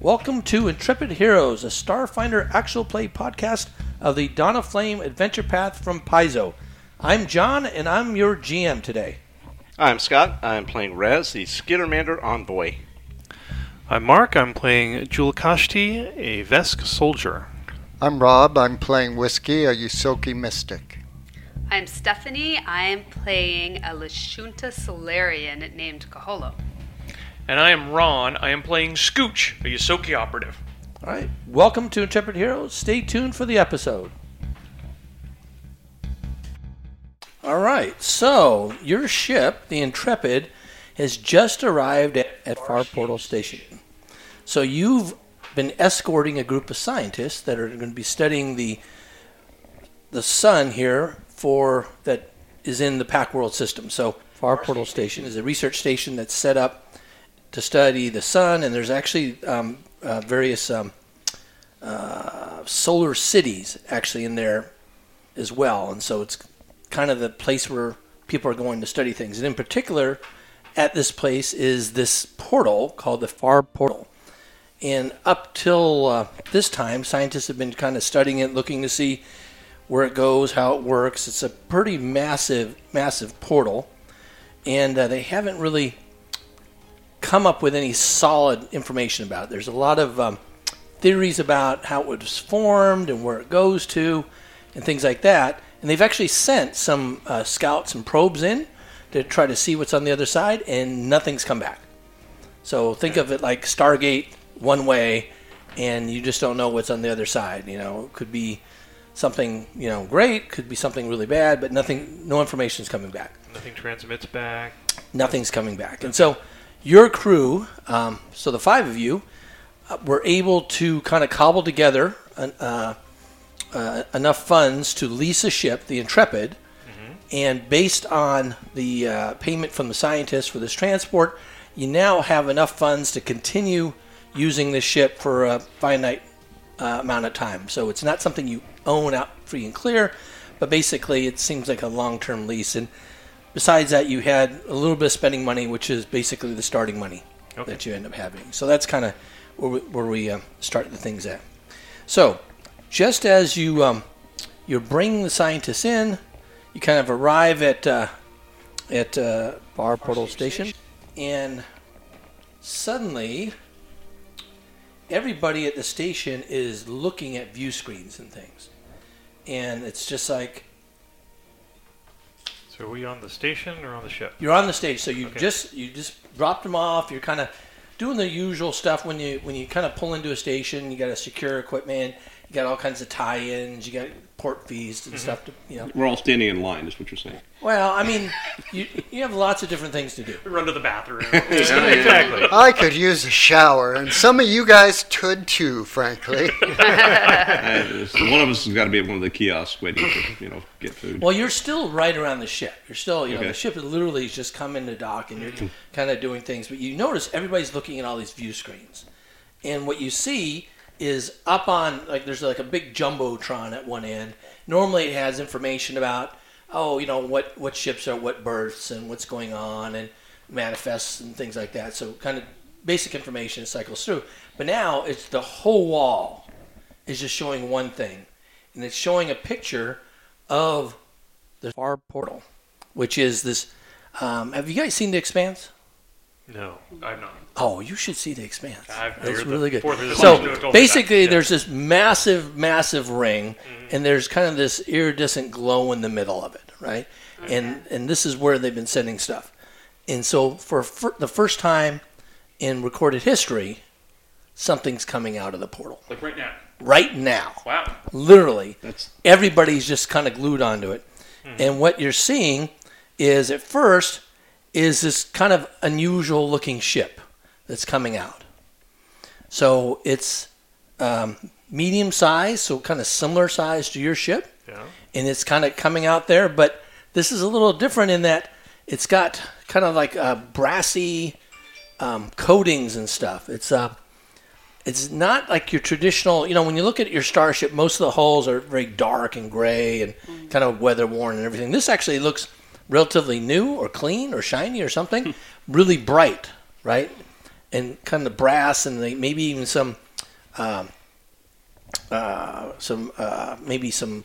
Welcome to Intrepid Heroes, a Starfinder actual play podcast of the Donna Flame Adventure Path from Paizo. I'm John, and I'm your GM today. I'm Scott. I'm playing Rez, the Skittermander Envoy. I'm Mark. I'm playing Julakashti, a Vesk soldier. I'm Rob. I'm playing Whiskey, a Yusoki mystic. I'm Stephanie. I'm playing a Lashunta Solarian named Kaholo. And I am Ron. I am playing Scooch, a Yosoki operative. All right, welcome to Intrepid Heroes. Stay tuned for the episode. All right, so your ship, the Intrepid, has just arrived at, at Far Portal Station. So you've been escorting a group of scientists that are going to be studying the the sun here for that is in the Pack World system. So Far Portal Station is a research station that's set up to study the sun, and there's actually um, uh, various um, uh, solar cities actually in there as well. And so it's kind of the place where people are going to study things. And in particular, at this place is this portal called the Far Portal. And up till uh, this time, scientists have been kind of studying it, looking to see where it goes, how it works. It's a pretty massive, massive portal. And uh, they haven't really come up with any solid information about it. There's a lot of um, theories about how it was formed and where it goes to and things like that. And they've actually sent some uh, scouts and probes in to try to see what's on the other side, and nothing's come back. So think of it like Stargate one way, and you just don't know what's on the other side. You know, it could be something you know great, could be something really bad, but nothing, no information's coming back. Nothing transmits back. Nothing's coming back, and so your crew, um, so the five of you, uh, were able to kind of cobble together an, uh, uh, enough funds to lease a ship, the Intrepid, and based on the uh, payment from the scientists for this transport, you now have enough funds to continue using this ship for a finite uh, amount of time. So it's not something you own out free and clear, but basically it seems like a long term lease. And besides that, you had a little bit of spending money, which is basically the starting money Okay. that you end up having. So that's kind of where we, where we uh, start the things at. So just as you um, you're bringing the scientists in, you kind of arrive at uh, at uh, Bar Portal Station, and suddenly everybody at the station is looking at view screens and things, and it's just like So are we on the station or on the ship? you're on the stage. So you Okay. just you just dropped them off. You're kind of doing the usual stuff when you when you kind of pull into a station. You got to secure equipment. You got all kinds of tie-ins. You got port fees and stuff to you know. We're all standing in line, is what you're saying. Well, I mean, you you have lots of different things to do. Run to the bathroom. exactly. I could use a shower, and some of you guys could too, frankly. Uh, it's- one of us has got to be at one of the kiosks waiting to, you know, get food. Well, you're still right around the ship. You're still, you know, Okay. the ship is literally has just come into dock and you're kind of doing things. But you notice everybody's looking at all these view screens. And what you see is up on, like, there's like a big jumbotron at one end. Normally it has information about, oh, you know, what, what ships are what berths and what's going on and manifests and things like that. So kind of basic information cycles through. But now it's the whole wall is just showing one thing. And it's showing a picture of the far portal, which is this. Um, have you guys seen The Expanse? No, I'm not. Oh, you should see The Expanse. I've it's heard the really good. fourth is supposed to do it Mm-hmm. So all the basically, time. Yeah. there's this massive, massive ring, and there's kind of this iridescent glow in the middle of it, right? And and this is where they've been sending stuff. And so for fir- the first time in recorded history, something's coming out of the portal like right now. right now Wow. literally That's- everybody's just kind of glued onto it and what you're seeing is at first is this kind of unusual looking ship that's coming out so it's um, medium size so kind of similar size to your ship Yeah. and it's kind of coming out there but this is a little different in that it's got kind of like uh, brassy um, coatings and stuff it's uh, it's not like your traditional you know when you look at your starship most of the hulls are very dark and gray and kind of weather worn and everything this actually looks relatively new or clean or shiny or something really bright right and kind of brass and like maybe even some, um, uh, some uh, maybe some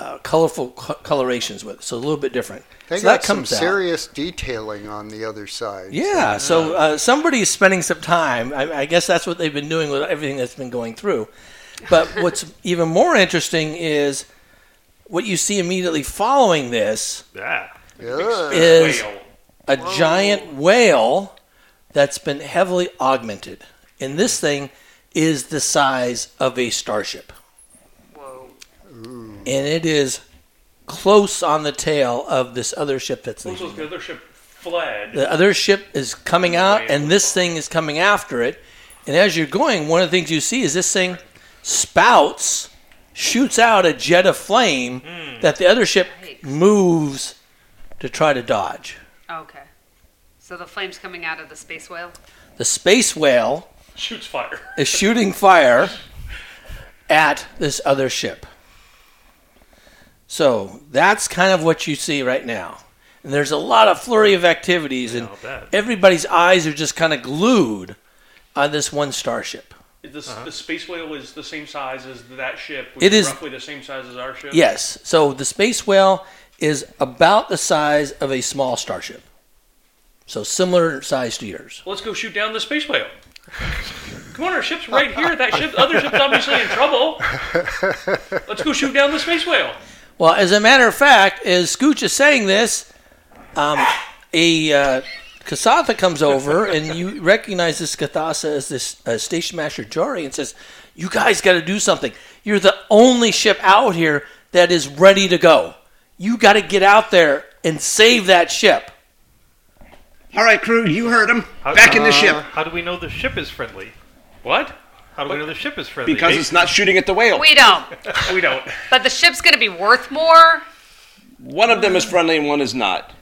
uh, colorful co- colorations with it. So a little bit different. They so got that some comes out. serious detailing on the other side. Yeah, so uh, somebody's spending some time. I, I guess that's what they've been doing with everything that's been going through. But what's even more interesting is what you see immediately following this Yeah. Ugh. is Whale. a giant whale that's been heavily augmented. And this thing is the size of a starship. Whoa. And it is close on the tail of this other ship that's Looks leaving. like the other ship fled. the other ship is coming out Right. and this thing is coming after it and as you're going one of the things you see is this thing spouts shoots out a jet of flame that the other ship Yikes. moves to try to dodge Okay. So the flames coming out of the space whale. the space whale Shoots fire. is shooting fire at this other ship so that's kind of what you see right now and there's a lot of flurry of activities and I'll bet. everybody's eyes are just kind of glued on this one starship The, s- Uh-huh. the space whale is the same size as that ship. Which It is is- roughly the same size as our ship. Yes. So the space whale is about the size of a small starship. So similar size to yours. Let's go shoot down the space whale. Come on, our ship's right here. That ship, other ship's obviously in trouble. Let's go shoot down the space whale. Well, as a matter of fact, as Scooch is saying this, um, a uh, Kasatha comes over and you recognize this Kathatha as this uh, station master Jari and says, "You guys got to do something. You're the only ship out here that is ready to go. You got to get out there and save that ship." All right, crew, you heard him. How- Back in the uh, ship How do we know the ship is friendly? What? How do we know the ship is friendly? because They- it's not shooting at the whale. We don't. We don't. But the ship's gonna be worth more. One of them is friendly and one is not,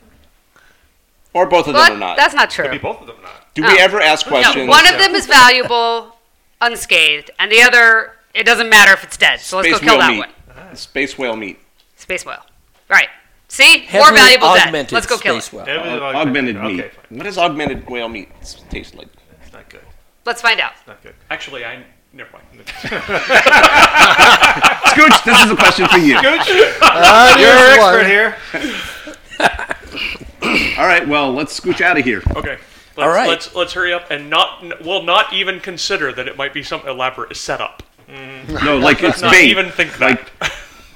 or both of them But are not. that's not could be true. both of them not. Do Oh. we ever ask questions? No, one of them is valuable, unscathed, and the other it doesn't matter if it's dead. So let's Space go kill whale that meat. one. Space whale meat. Space whale. Right. See? more Heavily valuable dead. augmented Let's go kill it. space whale. Heavily Aug- augmented Oh, okay, meat. fine. What does augmented whale meat s- taste like? It's not good. Let's find out. It's not good. Actually, I never mind. Scooch, this is a question for Uh, you. That You're is one. an expert here. All right, well, let's scooch out of here. Okay. All Let's, right. Let's let's hurry up and not. We'll not even consider that it might be some elaborate setup. No, like it's Not bait. even think that. like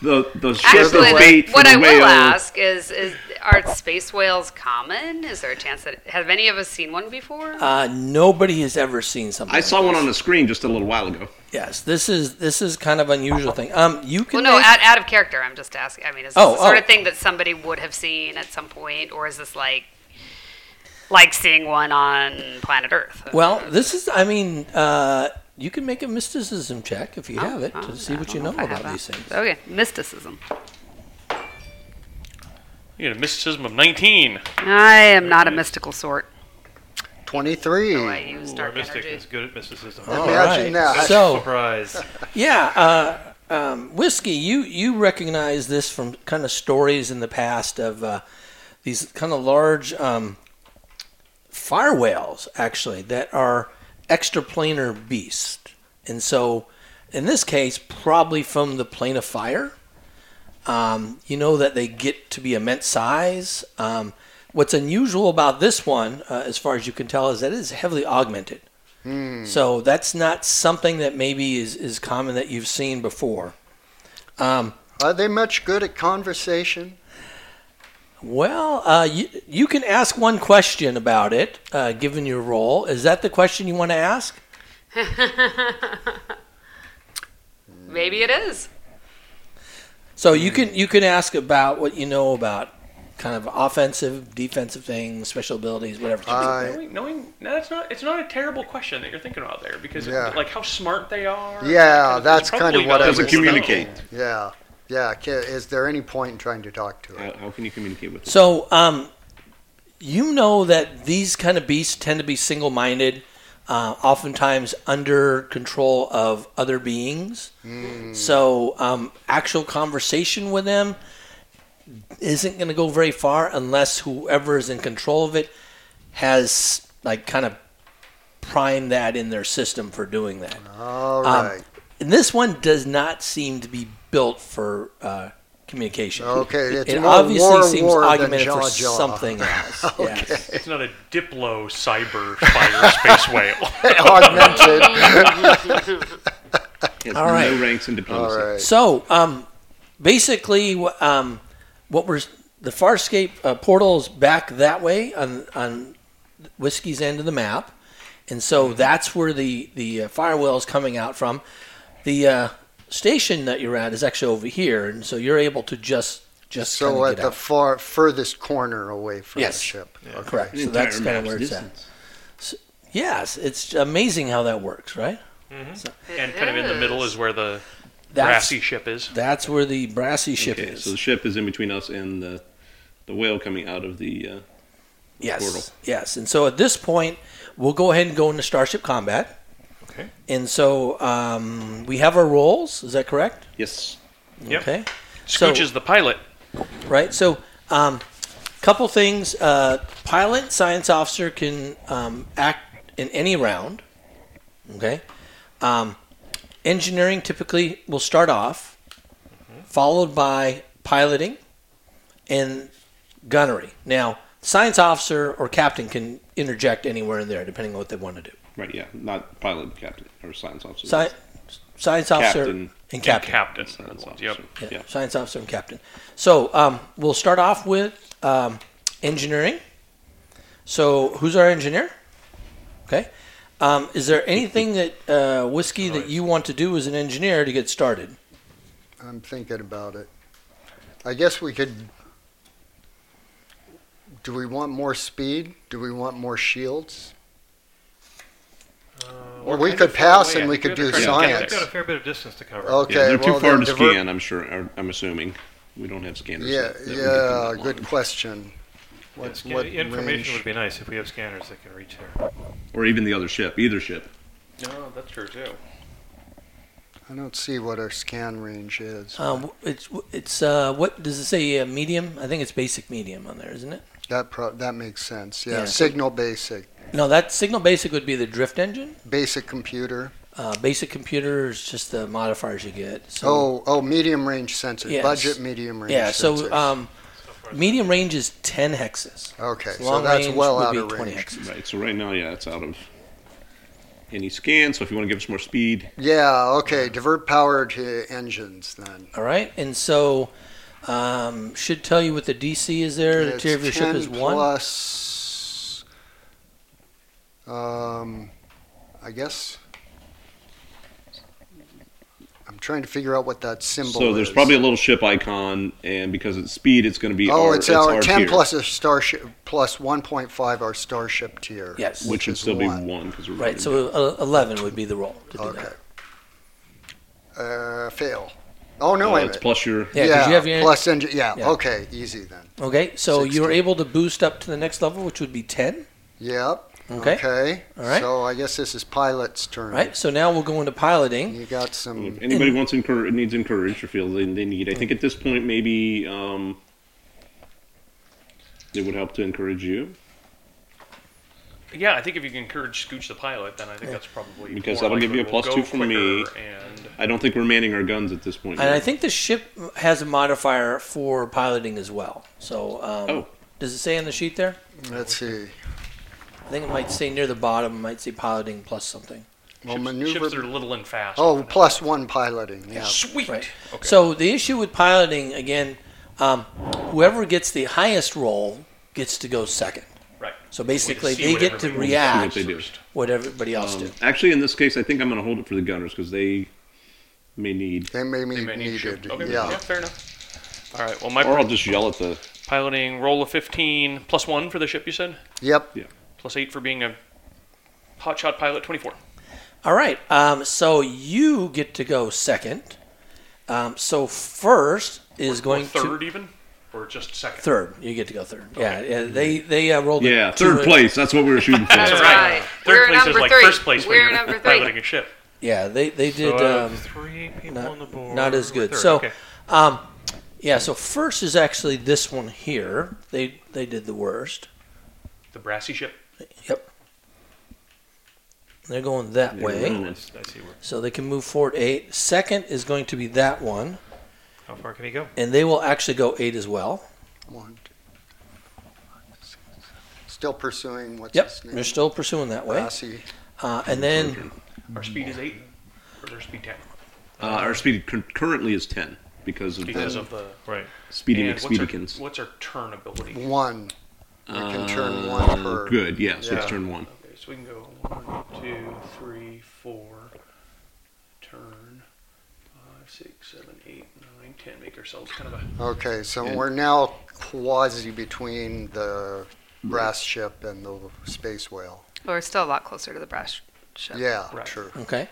the the ship is Actually, bait for what the I whale. will ask is, is are space whales common? Is there a chance that have any of us seen one before? Uh, nobody has ever seen something. I like saw one on the screen just a little while ago. Yes, this is this is kind of unusual thing. Um, you well, can no, make- out, out of character. I'm just asking. I mean, is this Oh, the sort oh. of thing that somebody would have seen at some point, or is this like like seeing one on planet Earth? well, this is. I mean, uh, you can make a mysticism check if you have it Oh, to see I what don't you know if I have about that. these things. Okay, mysticism. You know, mysticism of 19. I am not a mystical sort. 23. I use Our dark mystic energy. is good at mysticism. Imagine Alright, that. So Surprise. yeah, uh, um, whiskey. You you recognize this from kind of stories in the past of uh, these kind of large um, fire whales, actually, that are extraplanar beasts, and so in this case, probably from the plane of fire. Um, you know that they get to be immense size. Um, what's unusual about this one, uh, as far as you can tell, is that it is heavily augmented. So that's not something that maybe is, is common that you've seen before. Um, Are they much good at conversation? Well, uh, you, you can ask one question about it, uh, given your role. Is that the question you want to ask? Maybe it is. So you can you can ask about what you know about kind of offensive, defensive things, special abilities, whatever. I Knowing, knowing no, that's not. It's not a terrible question that you're thinking about there because Yeah. like how smart they are. Yeah, It's that's kind of probably what I valuable Does it was- to know. communicate? yeah, yeah. ca- Is there any point in trying to talk to it? How, how can you communicate with it? So, um, you know that these kind of beasts tend to be single minded, uh, oftentimes under control of other beings. So, um, actual conversation with them isn't going to go very far unless whoever is in control of it has, like, kind of prime that in their system for doing that. All Um, right. And this one does not seem to be built for uh, communication. okay. It's it more obviously war, seems war augmented than jaw, for jaw. something else. yes. It's not a Diplo cyber fire space whale. augmented. Yes, All right. No ranks in All diplomacy. right. So, um, basically, wh- um, what we're the Farscape uh, portal is back that way on on Whiskey's end of the map, and so Mm-hmm. that's where the the uh, firewall is coming out from. The uh, station that you're at is actually over here, and so you're able to just just So kinda at get the out. far furthest corner away from Yes. the ship. Okay. correct. An So entire that's kind of map's where it's at. distance. Yes, it's amazing how that works, right? and kind of in the middle is where the That's brassy ship is. that's where the brassy ship Okay, is. so the ship is in between us and the the whale coming out of the. Uh, Yes. portal. Yes. And so at this point, we'll go ahead and go into Starship Combat. Okay. And so um, we have our roles. Is that correct? yes. Yep. Okay. So- Scooch is the pilot. Right. So, um, couple things. Uh, pilot science officer can um, act in any round. Okay. Um, engineering typically will start off, followed by piloting, and gunnery. Now, science officer or captain can interject anywhere in there, depending on what they want to do. Right. Yeah. Not pilot, captain, or science officer. Sci- science officer Captain. and and captain. captain. Science officer. Yep. Yeah, Yeah. Science officer and captain. So um, we'll start off with um, engineering. So who's our engineer? Okay. Um, is there anything that uh, whiskey that you want to do as an engineer to get started? I'm thinking about it. I guess we could. Do we want more speed? Do we want more shields? Well, we could pass and we could do We've science. Oh, got a fair bit of distance to cover. Okay. Yeah, they're too well, far then to divert- scan. I'm sure. or- I'm assuming we don't have scanners. Yeah, that- that would get them yeah. that Good long. question. Yeah, What, scan- what information would range? be nice if we have scanners that can reach there. Or even the other ship. Either ship. No, that's true too. I don't see what our scan range is. Um, it's it's uh, what does it say? Uh, medium? I think it's basic medium on there, isn't it? That pro- that makes sense. Yeah, Yeah. signal basic, No, that signal basic would be the drift engine. basic computer. Uh, basic computer is just the modifiers you get. So Oh, oh, medium range sensor, Yes. budget medium range. yeah, so sensors. um, medium range is 10 hexes. okay, so Long that's range well would out be of 20 range. hexes. Right. So right now, yeah, it's out of any scan. So if you want to give us more speed, Yeah, okay, divert power to engines then. All right, and so um, should tell you what the DC is there. The It's tier of your ship 10 is one. plus. Um, I guess. I'm trying to figure out what that symbol so there's is. probably a little ship icon, and because it's speed, it's going to be. Oh, our, it's our ten tier, plus a starship plus one point five our starship tier. Yes. which would is still one. be one because we're right, running down. so uh, eleven would be the roll to do Okay. that. Uh, fail. Oh no, Uh, wait a it's minute. plus your Yeah, 'cause you have your plus engine. Yeah, Yeah. Okay, easy then. Okay, so you're 16. able to boost up to the next level, which would be ten. Yep. Okay. All All right. So I guess this is pilot's turn. Right, so now we'll go into piloting. You got Well, If some. anybody wants encourage, needs encouraged or feels they, they need, I think at this point maybe um, it would help to encourage you Yeah, I think if you can encourage Scooch the pilot, then I think that's probably Because more that'll give likely you a we'll plus go two from me. quicker And I don't think we're manning our guns at this point. And I yet. think the ship has a modifier for piloting as well. So, um, Oh. does it say on the sheet there? Let's see. I think it might say near the bottom. It might say piloting plus something. Well, ships, maneuver. ships are little and fast. Oh, plus one piloting. Yeah. sweet. Right. Okay. So the issue with piloting again, um, whoever gets the highest roll gets to go second. right. So basically, see they what get to everybody- react See what they do. what everybody else Um, did. actually, in this case, I think I'm going to hold it for the gunners because they may need, They may be They may need to needed. shoot. Okay. Yeah. Fair enough. All right. Well, my or I'll just yell at the. piloting roll of 15 plus one for the ship. You said Yep. plus eight for being a hotshot pilot. 24. All right. Um, so you get to go second. Um, so first is going or third to even, or just second. third. You get to go third. Yeah. yeah they they uh, rolled. a Yeah, two third and- place. That's what we were shooting That's for. Uh, That's right. right. Third We're place is number like three. first place when We're you're number three. piloting a ship. Yeah, they they did. So, uh, um, three people not- on the board. not as we're good. third. So, Okay. um, yeah. So first is actually this one here. They they did the worst. The brassy ship. Yep. They're going that They're way. running us. I see where. So they can move forward eight. Second is going to be that one, How far can he go? and they will actually go eight as well. One, two, still pursuing what's Yep, his name? they're still pursuing that way. Rossi. Uh, and then Our speed is eight. Or their speed ten. Uh, our speed cur- currently is 10 because of Because the of the Right. speedy and what's our, McSpeedikins. what's our turn ability? One. We can turn one per. Uh, Good, yeah, so it's Yeah. turn one. Okay, so we can go one, two, three, four, turn, five, six, seven, eight, nine, ten. Make ourselves kind of a Okay, so we're now quasi between the brass ship and the space whale. But we're still a lot closer to the brush ship. Yeah, Right. true. okay.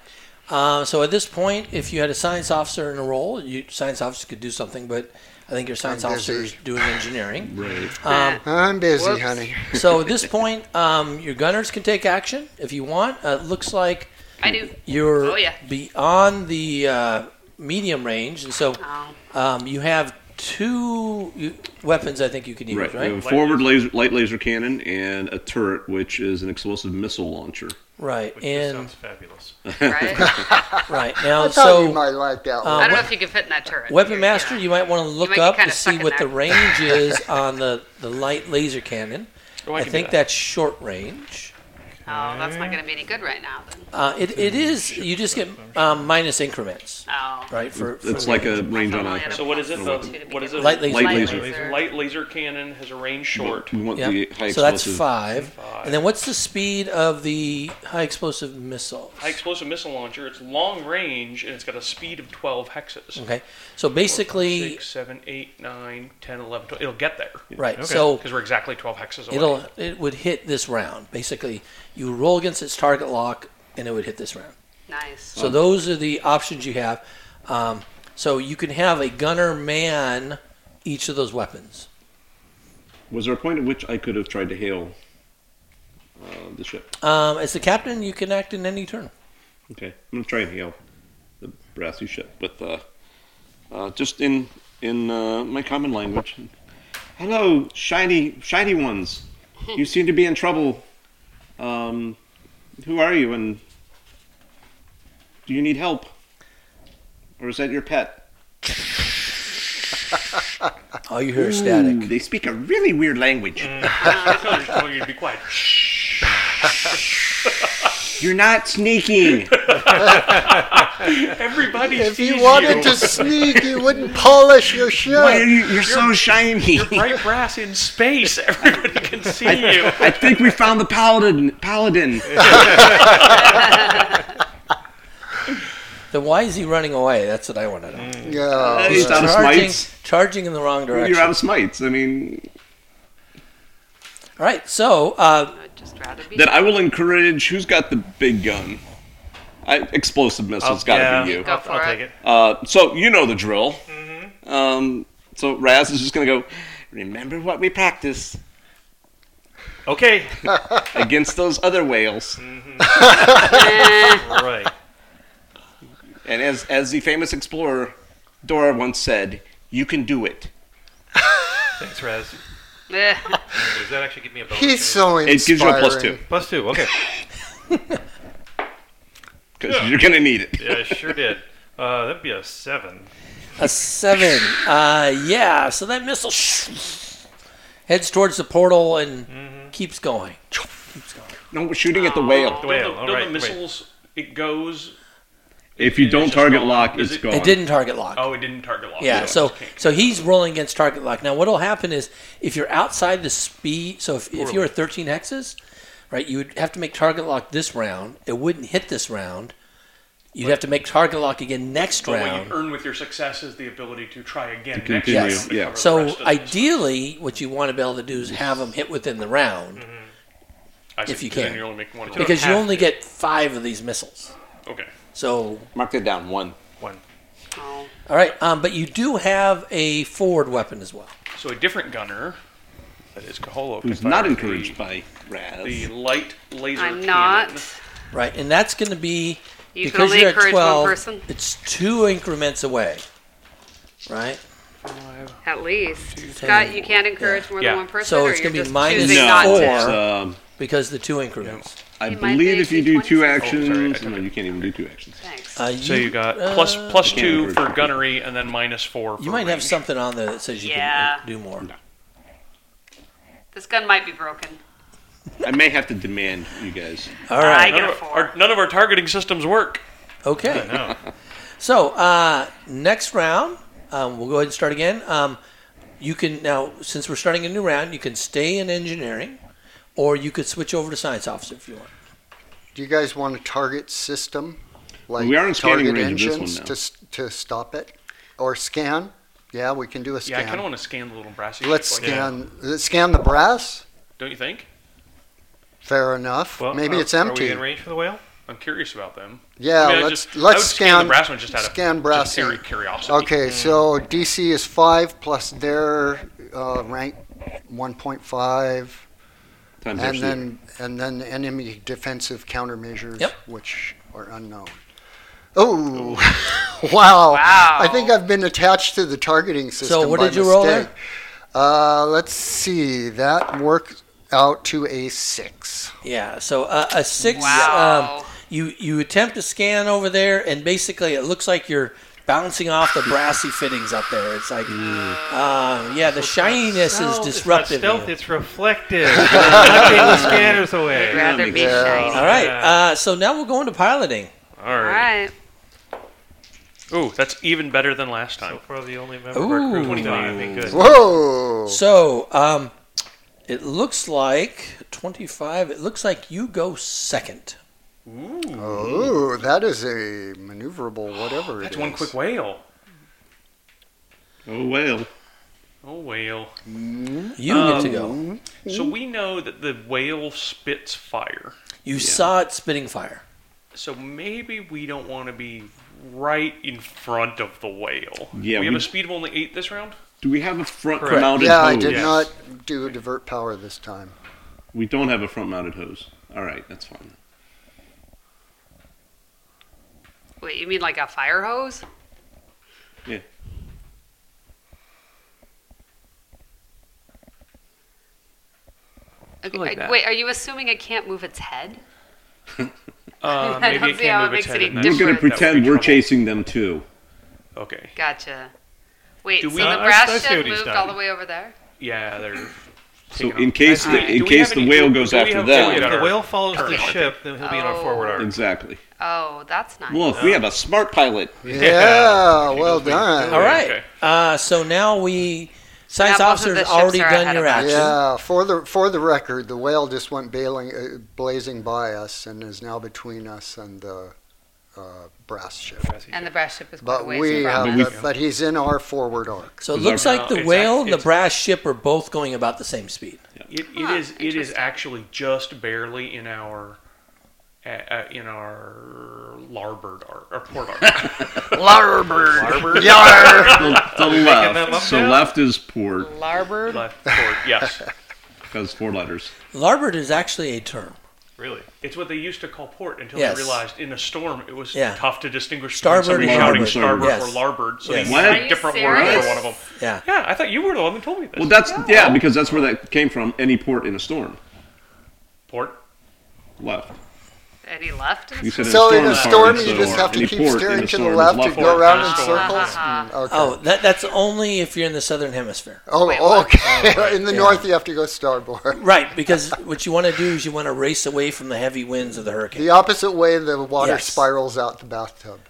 Uh, so at this point, if you had a science officer in a role, you science officer could do something, but I think your science I'm officer is busy. doing engineering. Right. Um, I'm busy, Whoops. honey. so at this point, um, your gunners can take action if you want. Uh, it looks like I do. you're Oh, yeah. beyond the uh, medium range, and so Oh, um, you have two you- weapons. I think you can use, Right. right? We have a forward laser, light laser cannon and a turret, which is an explosive missile launcher. Right, Which just and sounds fabulous. right? I right I now, thought you so might like that um, one. don't know Wep- if you can fit in that turret. weapon You're- master, yeah. you might want to look might be up to kinda see stuck in what the there. range is on the the light laser cannon. Oh, I, can do think that's short range. Oh, that's not going to be any good right now. Then. Uh, it, it is. You just get um, minus increments, Oh. right? For, for It's like a range on only a. at a So what is it? plus The- two to what is begin it? Light with. laser. Light laser. light laser cannon has a range short. We want Yeah. the high so that's explosive. five. Five. And then what's the speed of the high explosive missiles? High explosive missile launcher. It's long range and it's got a speed of 12 hexes. Okay. So basically, Six, seven, eight, nine, 10, 11, 12. It'll get there right. Okay. So because we're exactly 12 hexes away. it'll it would hit this round. Basically, you roll against its target lock, and it would hit this round. Nice. So those are the options you have. Um, so you can have a gunner man each of those weapons. Was there a point at which I could have tried to hail uh, the ship? Um, as the captain, you can act in any turn. Okay. I'm going to try and hail the brassy ship with. Uh, uh, just in in uh, my common language. Hello, shiny shiny ones. You seem to be in trouble. Um, who are you, and do you need help, or is that your pet? All you hear is Ooh, static. they speak Oh, a really weird language. That's not just telling you to be quiet. You're not sneaking. Everybody If sees you wanted to sneak, you wouldn't polish your Why are shirt. you, you're so shiny. You're bright brass in space. Everybody can see you. I think we found the paladin. Paladin. Then why is he running away? That's what I want to know. Yeah. Mm. He's out of charging, smites. charging in the wrong You're direction. out of smites. I mean, All right, so uh, I would just rather be. Then I will encourage. Who's got the big gun? I, explosive missiles. Oh, got to yeah, be you. Go I'll, for I'll it. take it. Uh, so you know the drill. Um, so Raz is just gonna go. Remember what we practiced Okay. against those other whales. right. And as as the famous explorer Dora once said, "You can do it." Thanks, Raz. Eh, Does that actually give me a bonus? He's so inspiring. It gives you a plus two Plus two. Okay. because you're gonna need it. Yeah, I sure did. Uh, that'd be a seven. a seven. Uh, yeah, so that missile heads towards the portal and Mm-hmm. keeps going. No shooting at the whale. Don't Whale, the, all don't right, the wait. missiles, it goes. If you don't just target gone. lock, Is it's it- gone. It didn't target lock. Oh, it didn't target lock. Yeah, it so just can't. so he's rolling against target lock. Now what'll happen is if you're outside the speed, so if, if you're at 13 hexes, right, you would have to make target lock this round. It wouldn't hit this round. You'd have to make target lock again next But what round. you earn with your success is the ability to try again. next continue, round yes. to yeah. cover the So rest of this. ideally, what you want to be able to do is have them hit within the round I see, if you 'cause can. then Mm-hmm. you only making one of because you have only get five of these missiles. those. Okay. So Mark that down one. One. oh, all right, um, but you do have a forward weapon as well. So a different gunner, that is Kaholo, can Who's fire not the- encouraged by Raz? The light laser. I'm cannon. not. Right, and that's going to be You can because only you're at encourage 12, one person It's two increments away, right? at least. ten. Scott, you can't encourage more Yeah. than one person. So or it's you're gonna be just minus choosing not four. to? It's, um, Because the two increments. I Hey, my believe if you do basic two 26. actions, Oh, sorry, I no, you can't even do two actions. Thanks. Uh, So you got uh, Plus, plus Yeah. two for gunnery and then minus four for You might have range. something on there that says you Yeah. can do more. this gun might be broken. I may have to demand you guys. All I right. get None a of, four. our, none of our targeting systems work. Okay. No. So uh, next round, um, we'll go ahead and start again. Um, you can now, since we're starting a new round, you can stay in engineering, or you could switch over to science officer if you want. Do you guys want a target system? Like We are in scanning target range of this engines one now. to, s- to stop it? Or scan? Yeah, we can do a Yeah, I kind scan. of want to scan the little brassy. Let's ship like that. scan, let's scan the brass? Don't you think? Fair enough. Well, Maybe uh, are- it's Are we empty. in range for the whale? I'm curious about them. Yeah, I mean, I let's, just- I let's would scan. the brass Mm. one just out of scan just brassy. pure curiosity. Okay, Mm. so DC is five plus their uh, rank 1.5, Times and absolute. then and then enemy defensive countermeasures, Yep. which are unknown. Oh, wow. Wow. I think I've been attached to the targeting system. what by did you roll there? mistake. Uh, let's see. That worked out to a six. Yeah. So uh, a six. Wow. Um, you you attempt to scan over there, and basically it looks like you're bouncing off the brassy fittings up there. It's like, Mm. uh, yeah, the shininess is disruptive. It's not you know. stealth, it's reflective. Knocking the scanners I'd away. rather be Yeah. shiny. All right. Uh, so now we'll go into piloting. All All right. right. Ooh, that's even better than last So time. far, the only member of our Ooh. crew who's not been good. Whoa. So, um, it looks like 25. It looks like you go second. Ooh, Oh, that is a maneuverable whatever it that's is. one quick whale. oh well. Oh, whale. You get to go. So Mm-hmm. we know that the whale spits fire. You saw it spitting fire. So maybe we don't want to be right in front of the whale. Yeah, we have we- a speed of only eight this round. Do we have a front Correct. mounted Yeah, hose? I did Yes. not do divert power this time. We don't have a front mounted hose. All right, that's fine. Wait, you mean like a fire hose? Yeah. Okay, like that. wait, are you assuming it can't move its head? Uh, I maybe don't it see how can it move makes its head. any in We're that- going Different. to That would pretend be we're trouble. chasing them too. Okay. Gotcha. Wait, Do so we- the I- I- I brass see ship what he's moved done. all the way over there? Yeah, they're. So taking in off. case the, Alright. in Do we case have the any- whale do- goes do we after have- do we them, have- If the whale follows Turn. the ship, then he'll be in our forward arc. exactly. Oh, that's nice. Look, we have a smart pilot. Yeah, Yeah. well done. All right. okay. Uh, so now we. Science Now both of officer's the ships already are done ahead your of us. action. Yeah, for the for the record, the whale just went bailing, uh, blazing by us and is now between us and the uh, brass ship. And the brass ship is quite a But ways we from have, us. but, but he's in our forward arc. So it Is our- looks like the It's whale act- and the it's- brass ship are both going about the same speed. It, it Huh, is. It is interesting. actually just barely in our. Uh, uh, in our larboard arc, or port arc. Larboard. larboard, Yar. The, the them up left. So now? left is port. Larboard? left, port. Yes, Has four letters. Larboard is actually a term. Really? it's what they used to call port until Yes. they realized in a storm it was Yeah. tough to distinguish Starboard between somebody and larboard. shouting starboard Yes. or larboard. So Yes. they What? had Are you different words serious? for one of them. Yeah. Yeah, I thought you were the one who told me this. Well, that's yeah, because that's where that came from. Any port in a storm. port. Left. And he left? You said in So a in a storm, you so just have to any keep port in a steering to the storm is left and port. go around in Storm. circles. Mm, Oh, Okay. that, that's only if you're in the southern hemisphere. Wait, Oh, what? okay. In the north, you have to go starboard. Right, because what you want to do is you want to race away from the heavy winds of the hurricane. The opposite way, the water Yes. spirals out the bathtub.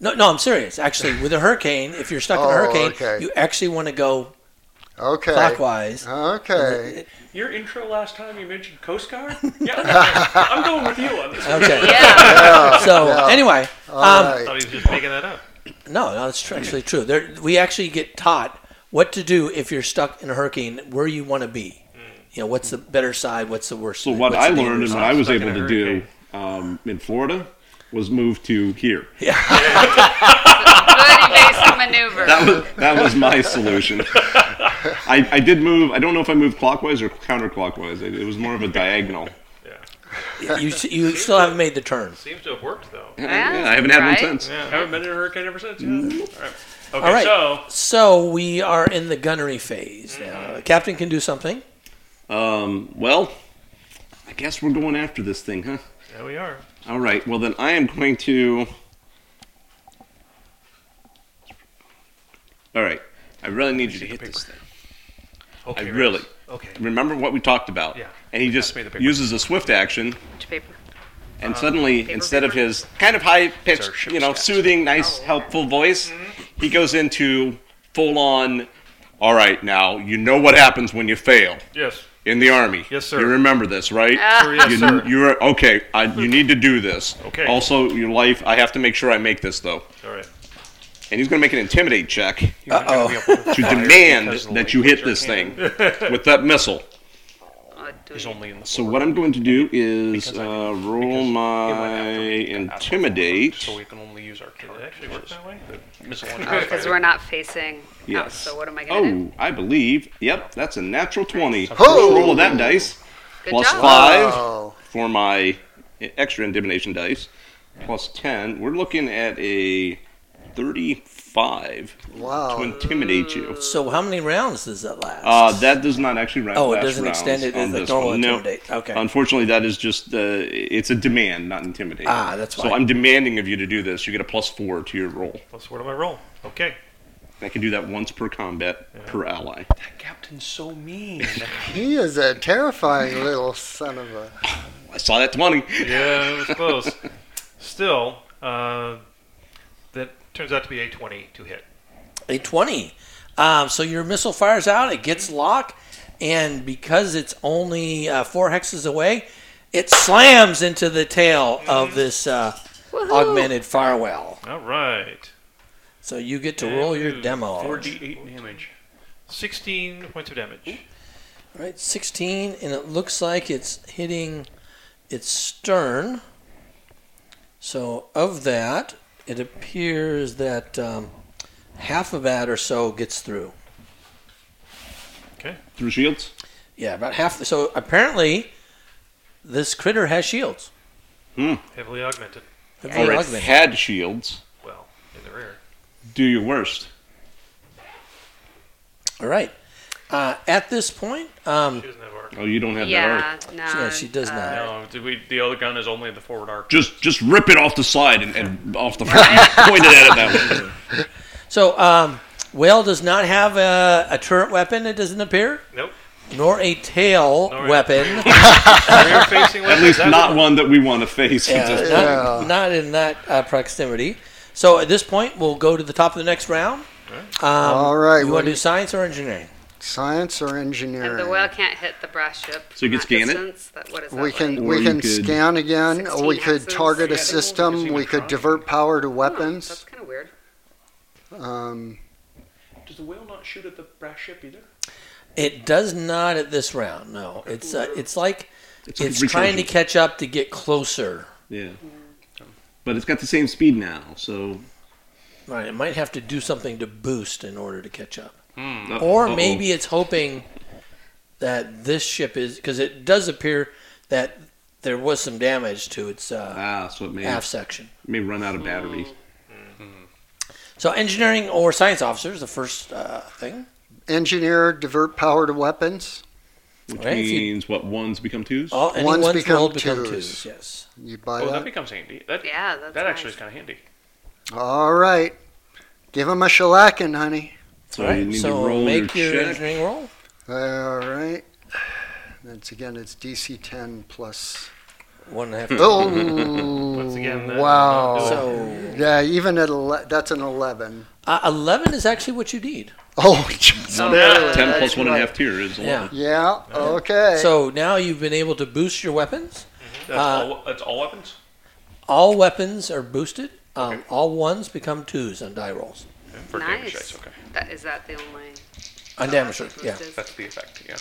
No, no, I'm serious. Actually, with a hurricane, if you're stuck in Oh, a hurricane, okay. you actually want to go Okay. clockwise. Okay. Your intro last time you mentioned Coast Guard. Yeah, okay. I'm going with you on this. one. Okay. Yeah. So anyway, All um, I right. thought he was just making that up. no, no, that's tr- actually true. There, we actually get taught what to do if you're stuck in a hurricane, where you want to be. You know, what's the better side? What's the worst? Mm. So side, what what's I the learned dangerous and what side? I was Stuck in able to a do um, in Florida was move to here. Good evasive maneuver. That was that was my solution. I, I did move. I don't know if I moved clockwise or counterclockwise. It, it was more of a diagonal. you, s- you still haven't made the turn. Seems to have worked, though. Yeah, I haven't had right. one since. I haven't been in a hurricane ever since. Yeah. All right. Okay, All right. so So we are in the gunnery phase now. The captain can do something. Um, well, I guess we're going after this thing, huh? There we are. All right. Well, then I am going to. All right. I really need you to the hit this paper. thing. Okay. I Rex. really Okay. remember what we talked about. Yeah. And he Pass just me the paper. uses a swift action, To paper. and suddenly, paper, instead of paper. his kind of high These are pitched, ship you know, stats. soothing, nice, helpful voice, he goes into full on. All right, now you know what happens when you fail Yes. in the army. Yes, sir. You remember this, right? Ah, Sure, yes, you, sir. You're okay. I, you need to do this. Okay. Also, your life. I have to make sure I make this though. All right. And he's going to make an intimidate check to Uh-oh. demand that you hit this thing with that missile. Uh, do There's it. only in the So what I'm going to do is Because I- uh, because roll it went my after me. intimidate. So we can only use our Did it turret, actually which work is that way? missile Oh, because we're not facing. Yes. Oh, so what am I gonna do? Oh, I believe. Yep, that's a natural twenty. First Oh! roll of that dice Good plus job. five Oh, for my extra intimidation dice plus ten. We're looking at a thirty-five to wow. intimidate you. So how many rounds does that last? Uh, that does not actually round. Oh, it last doesn't rounds extend it on as a this normal one. No. intimidate. Okay. Unfortunately, that is just uh, it's a demand, not intimidate. Ah, that's So why. I'm demanding of you to do this. You get a plus four to your roll. Plus, what do I roll? Okay. I can do that once per combat per ally. That captain's so mean. He is a terrifying little son of a. I saw that twenty. Yeah, it was close. Still, uh, that turns out to be a twenty to hit. a 20. Um, so your missile fires out, it gets locked, and because it's only uh, four hexes away, it slams into the tail of this uh, Woohoo! augmented firewall. All right. So you get to roll your demo. Four All D eight damage. Sixteen points of damage. right, 16, and it looks like it's hitting its stern. So of that, it appears that um, half of that or so gets through. Through shields. Yeah, about half. So apparently, this critter has shields. Heavily augmented. The Or it Vlogman. had shields. Well, in the rear. Do your worst. All right. Uh, at this point, um, She doesn't have arc. Oh, you don't have that arc. Yeah, uh, no. yeah, she does Uh, not. No, do we, the other gun is only the forward arc. Just just rip it off the side and, and off the front. Point it at it that way. So, um, Whale does not have a, a turret weapon, it doesn't appear, Nope. nor a tail Nor a- weapon. rear facing At least not one that we want to face. Yeah, Just- not, not in that uh, proximity. So, at this point, we'll go to the top of the next round. Um, All right, You what want to do do science or engineering? Science or If engineering? the whale can't hit the brass ship, So you can that scan it? distance, That, what is that? we can Or we you can could- scan again. or We 16 could hexes. target Yeah, a they won't system. use We could electronics. divert power to like? Oh, that's weapons. kind of weird. Um, Does the whale not shoot at the brass ship either? It does not at this round. No, it's uh, it's like It's, it's, trying to rechargeable. catch up to get closer. Yeah. But it's got the same speed now, so Right, it might have to do something to boost in order to catch up. Uh, Or uh-oh. maybe it's hoping that this ship is because it does appear that there was some damage to its uh, ah, so it may aft section. may run out of batteries. So engineering or science officer is the first uh, thing. engineer divert power to weapons. Which Right, if you- Oh, means what ones become twos? All any Ones ones become rolled become twos. twos. Yes. You buy Oh, that that? becomes handy. That, Yeah, that's that actually nice. is kind of handy. All right. Give him a shellacking, honey. so All right, you need so to roll make your, your, check. engineering roll. All right. That's again. It's DC 10 plus. One and a half. Oh, Once again, that- wow. Oh. So yeah, even at ele- that's an 11. uh, eleven is actually what you need. Oh, Jesus. Oh, There, Ten that's plus one and a right. half tier is eleven. Yeah. Yeah. Okay. So now you've been able to boost your weapons. That's, Uh, all, that's all weapons? All weapons are boosted. Um, All ones become twos on die rolls. For nice. damage dice, okay. That is that the only Oh, On damage rolls. Yeah. That's the effect, yeah.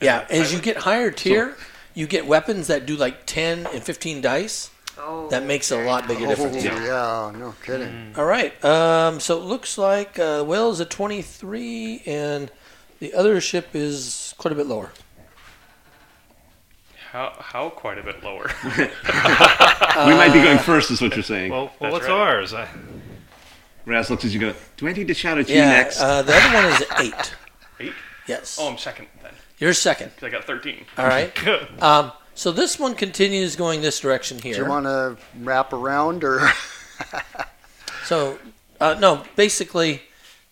Yeah, as you get higher tier, you get weapons that do like 10 and 15 dice. Oh, That makes a very lot bigger oh, difference. yeah. No kidding. Mm-hmm. All right. Um, so it looks like uh, Will's a 23, and the other ship is quite a bit lower. How, how quite a bit lower. we might be Uh, going first, is what you're saying. Well, well That's what's right. ours? I, Raz looks at you. Go. Do I need to shout at you yeah. next? Uh, the other one is 8. Eight? Yes. Oh, I'm second then. You're second. 'cause I got 13. All right. Um, so this one continues going this direction Do you here. want to wrap around or? So uh, no, basically,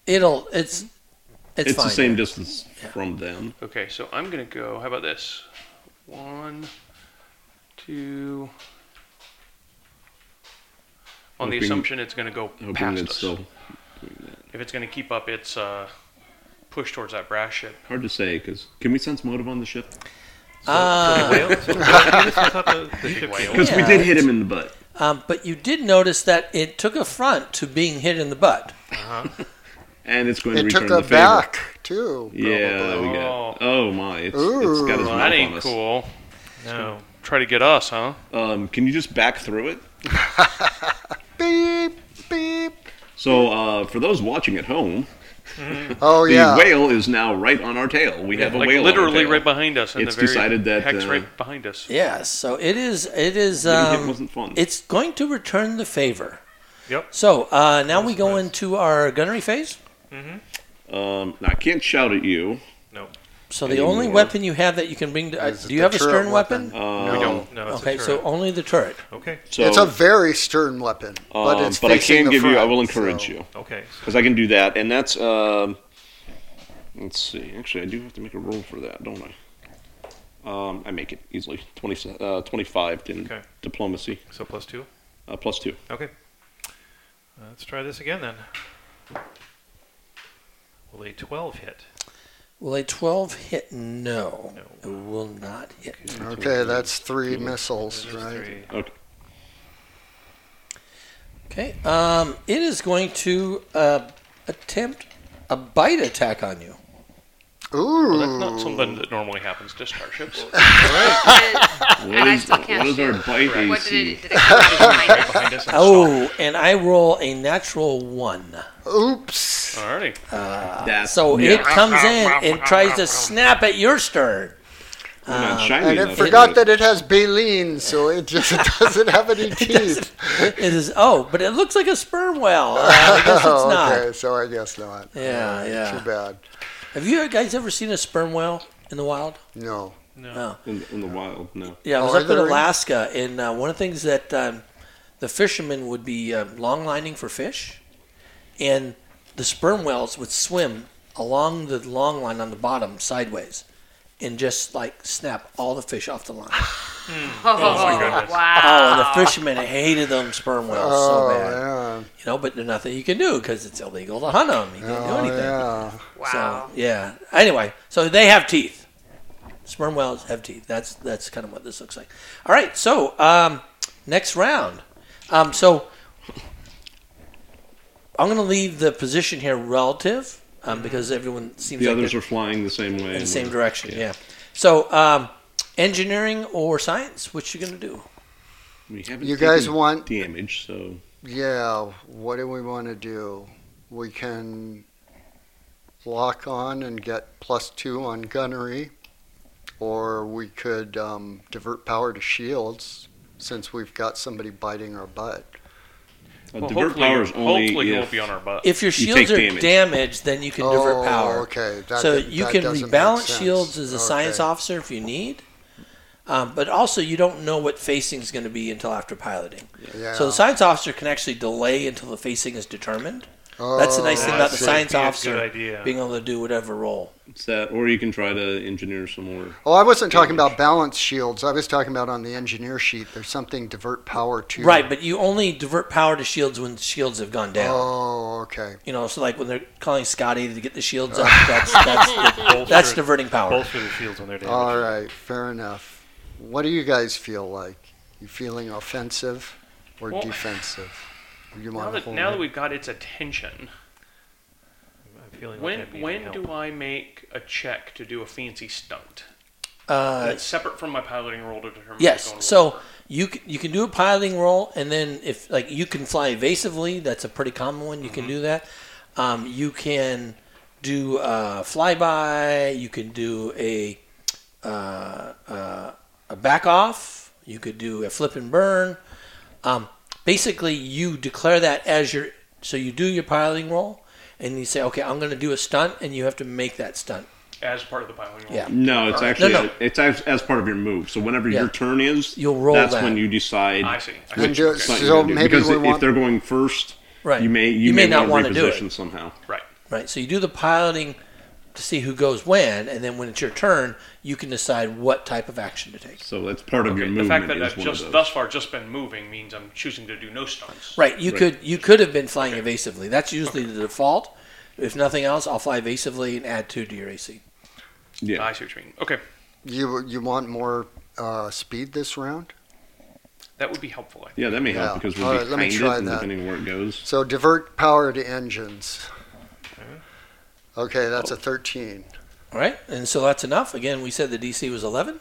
it'll it's it's, It's, fine. the same distance from them. Okay, so I'm gonna go. How about this? One, two. On the Hoping- assumption it's gonna go Hoping past it's us. still If it's gonna keep up its uh, push towards that brass ship, hard to say because can we sense motive on the ship? Ah. Whale? So, I thought the, the ship Oh, sailed. Because we Yeah, did hit him in the butt. Um, but you did notice that it took affront to being hit in the butt. and it's going to It return took the a favor. back too. Yeah, probably. we got. Oh my, it's, it's Ooh. got his Well, mouth that ain't on us. cool. No. Try to get us, huh? Um, can you just back through it? Beep beep. So uh, for those watching at home, Oh the yeah. whale is now right on our tail. We have a like whale on our literally tail. right behind us. In It's the very decided that, hex uh, right behind us. Yeah. So it is. It is. Getting hit Um, wasn't fun. It's going to return the favor. Yep. So uh, now we go into our gunnery phase. Um, now I can't shout at you. So the Anymore. only weapon you have that you can bring to. Uh, Is it do you the have a turret stern weapon? Uh, We don't know. It's okay, a so turret. only the turret. Okay. So, it's a very stern weapon, but Uh, um, it's I facing can the give you. I front, will encourage so- you Okay. because I can do that, and that's. Um, let's see. Actually, I do have to make a roll for that, don't I? Um, I make it easily. 20, uh, 25 in Okay. diplomacy, So plus two. uh, plus two. Okay. Let's try this again then. Will a 12 hit? Will a 12 hit? No. No. It will not hit. Okay, that's three missiles, There's right? three. Okay. Um, it is going to uh, attempt a bite attack on you. Well, that's not Ooh. something that normally happens to starships. What I is, still can't what is our shoot. bite AC? What did it, did it come out behind us? behind us. and Oh, and I roll a natural one. Oops. stop. Uh, Alrighty. That's So it comes in and tries to snap at your stern. We're not shiny uh, And it enough. forgot that it has baleen, so it just doesn't have any teeth. It is oh, but it looks like a sperm whale. Uh, I guess it's Oh, not. okay, so I guess not. Yeah, yeah. Too bad. Have you guys ever seen a sperm whale in the wild? No. in, in the wild. No, Yeah, I was Are up in there any- Alaska, and uh, one of the things that um, the fishermen would be um, long lining for fish, and the sperm whales would swim along the long line on the bottom sideways, and just like snap all the fish off the line. Oh, goodness. Oh, and wow. the fishermen hated them sperm whales Oh, so bad, you know. But there's nothing you can do because it's illegal to hunt them. You yeah. can't do Oh, anything. yeah. wow. So yeah. Anyway, so they have teeth. Sperm whales have teeth. That's that's kind of what this looks like. All right. So um, next round. Um, so I'm going to leave the position here relative um, because everyone seems the like others they're are flying the same way. in the and same we're- direction. Yeah. So um, engineering or science, which you going to do? We haven't You guys taken want- damage, so Yeah, what do we want to do? We can lock on and get plus two on gunnery, or we could um, divert power to shields since we've got somebody biting our butt. uh, Well, divert hopefully, power is only hopefully it if- won't be on our butt. If your You shields take are damage. damaged, then you can divert Oh, power. Okay, that, so that you can doesn't make rebalance sense. shields as a science Okay. officer if you need. Um, but also, you don't know what facing is going to be until after piloting. Yeah. So the science officer can actually delay until the facing is determined. That's the nice thing Oh, about I the see. science Be a good officer idea. being able to do whatever role. it's that, or you can try to engineer some more. Oh, I wasn't talking about balance shields. I was talking about on the engineer sheet. There's something divert power to. Right, but you only divert power to shields when shields have gone down. Oh, okay. You know, so like when they're calling Scotty to get the shields up, that's that's, the, Bolster- that's diverting power. Bolster the shields when they're damaged. All right, fair enough. What do you guys feel like? You feeling offensive or Well- defensive? You Now want to that, hold now that it? we've got its attention, I'm feeling when like I need when help. do I make a check to do a fancy stunt? Uh, That's separate from my piloting role to determine. Yes. what's going So on. you c- you can do a piloting roll, and then if like you can fly evasively, that's a pretty common one. You can Mm-hmm. do that. Um, you can do a flyby. You can do a uh, uh, a back off. You could do a flip and burn. Um, basically, you declare that as your so you do your piloting roll, and you say, okay, I'm going to do a stunt, and you have to make that stunt as part of the piling roll. Yeah. No, it's Or- actually No, no. it's as, as part of your move. So whenever Yeah. your turn is, You'll roll That's that. when you decide. I see. And I see. ju- what so you're gonna do. maybe because we if want- they're going first, Right. you may you, You may may, not want wanna to do it. reposition somehow. Right. Right. So you do the piloting to see who goes when, and then when it's your turn, you can decide what type of action to take. So that's part of your Okay. The movement. fact that is I've one just of those. thus far just been moving means I'm choosing to do no stunts. Right. You Right. could you could have been flying evasively. That's usually the default. If nothing else, I'll fly evasively and add two to your AC. yeah. I see what you mean. Okay. You you want more uh, speed this round? That would be helpful. I think. Yeah, that may help Yeah. because we're All right, behind let me it, try and that. depending on where it goes. So divert power to engines. Okay, that's Oh. a 13. All right. And so that's enough. Again, we said the DC was 11.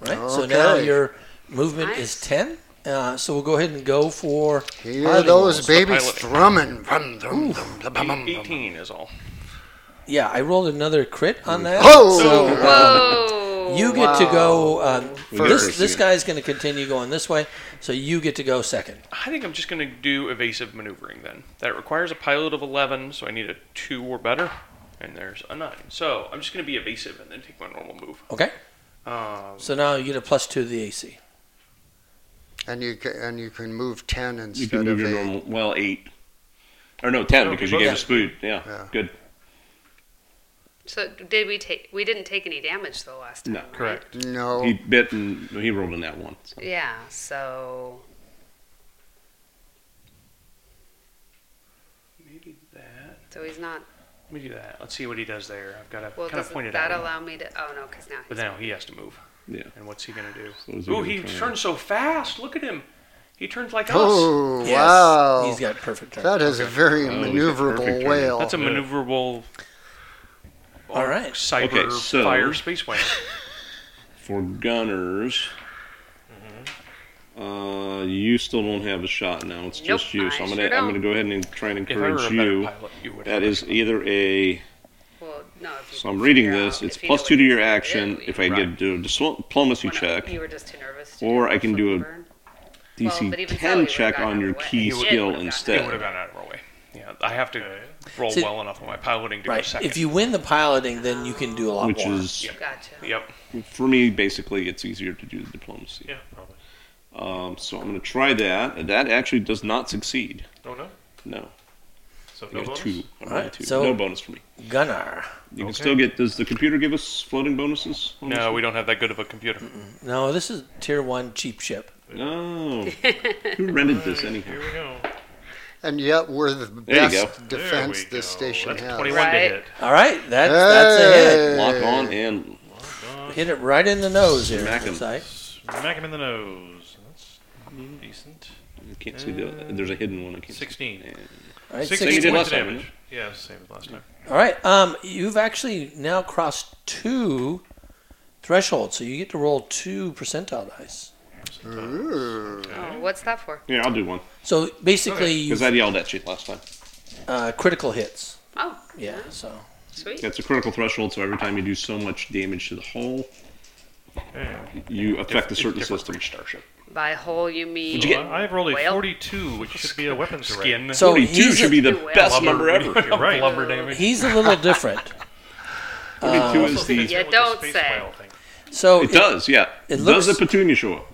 Right. So now Okay. your movement is Nice. 10. Uh, so we'll go ahead and go for Hear piloting those rolls. babies pilot. strumming. Bum, dum, dum, dum, bum, bum, bum. 18 is all. Yeah, I rolled another crit on that. Oh! So uh, Whoa. you get to go. Um, get this first this again. guy's going to continue going this way. So you get to go second. I think I'm just going to do evasive maneuvering then. That requires a pilot of 11, so I need a 2 or better. And there's a 9. So I'm just going to be evasive and then take my normal move. Okay. Um, So now you get a plus two to the AC. And you can and you can move 10 instead You can move of your eight. normal well eight, or no ten No, because we you gave both- us food. Yeah, Yeah. good. So did we take? We didn't take any damage the last time. No. right? Correct. No. He bit and he rolled in that one. So. Yeah. So Maybe that. so he's not. Let me do that. Let's see what he does there. I've got to Well, kind of does point it that out. allow me to? Oh no, because now But he's. now he has to move. Yeah. And what's he going to do? So is he Ooh, gonna he try- turns so fast. Look at him. He turns like us. Oh, Yes. wow. He's got perfect turn. that is a Oh, he's very got perfect maneuverable turn. whale. That's a maneuverable. All right. Cyber Okay, so- fire space whale. For gunners, uh, you still don't have a shot now. It's Nope, just you. So I I'm sure gonna I'm don't. gonna go ahead and try and If I were a encourage better you. pilot, you would. That have is it. either a. Well, no. If you So I'm figure reading out this. It's if you plus know two what to your you're gonna action do, if I Right. get to a dis- diplomacy Well, no, check, You were just too nervous. To Or do I can flip do a burn. DC well, but even so, you 10 would've check gotten out on of your the way. key You would've skill gotten out of the It would have instead. gotten out of our way. Yeah, I have to roll See- well enough on my piloting to go Right. second. If you win the piloting, then you can do a lot Which more. is Gotcha. Yep. for me basically it's easier to do the diplomacy. Yeah, probably. Um, so I'm going to try that. That actually does not succeed. Don't know. No, So I no got bonus? a two. I rolled a Alright, two. so- no bonus for me. Gunnar. You can Okay. still get. Does the computer give us floating bonuses? on No, we don't have that good of a computer. No, this is tier one cheap ship. this one? No. Oh. Who rented this anyhow? Here we go. and yet we're the There you go. best defense There we this go. station That's has. 21 to Right. hit. All right. That's that's a hit. Hey. Lock on and Hit it right in the nose here. Smack 'em. looks like. Smack him in the nose. That's decent. I can't see the. Uh, There's a hidden one. I can't see. 16. And All right. So you 16 did points last of time, damage. Yeah, same as last time. All right. Um, you've actually now crossed two thresholds, so you get to roll two percentile dice. Ooh. Oh, what's that for? Here, I'll do one So basically, because I yelled at you last time. uh, critical hits. Oh, Yeah. So sweet. That's a critical threshold. So every time you do so much damage to the hull, Okay. you affect a It's certain Uh, different system. for each starship. By hole, you mean Well, I've rolled a Whale? 42, which should be a weapons array. Skin. so Forty-two he's should be the Well, best I'm number ever. You're right. Lumber damage. he's a little different. Forty-two is the. Yeah, don't say. So It does, yeah. Uh, it does a looks- petunia show up?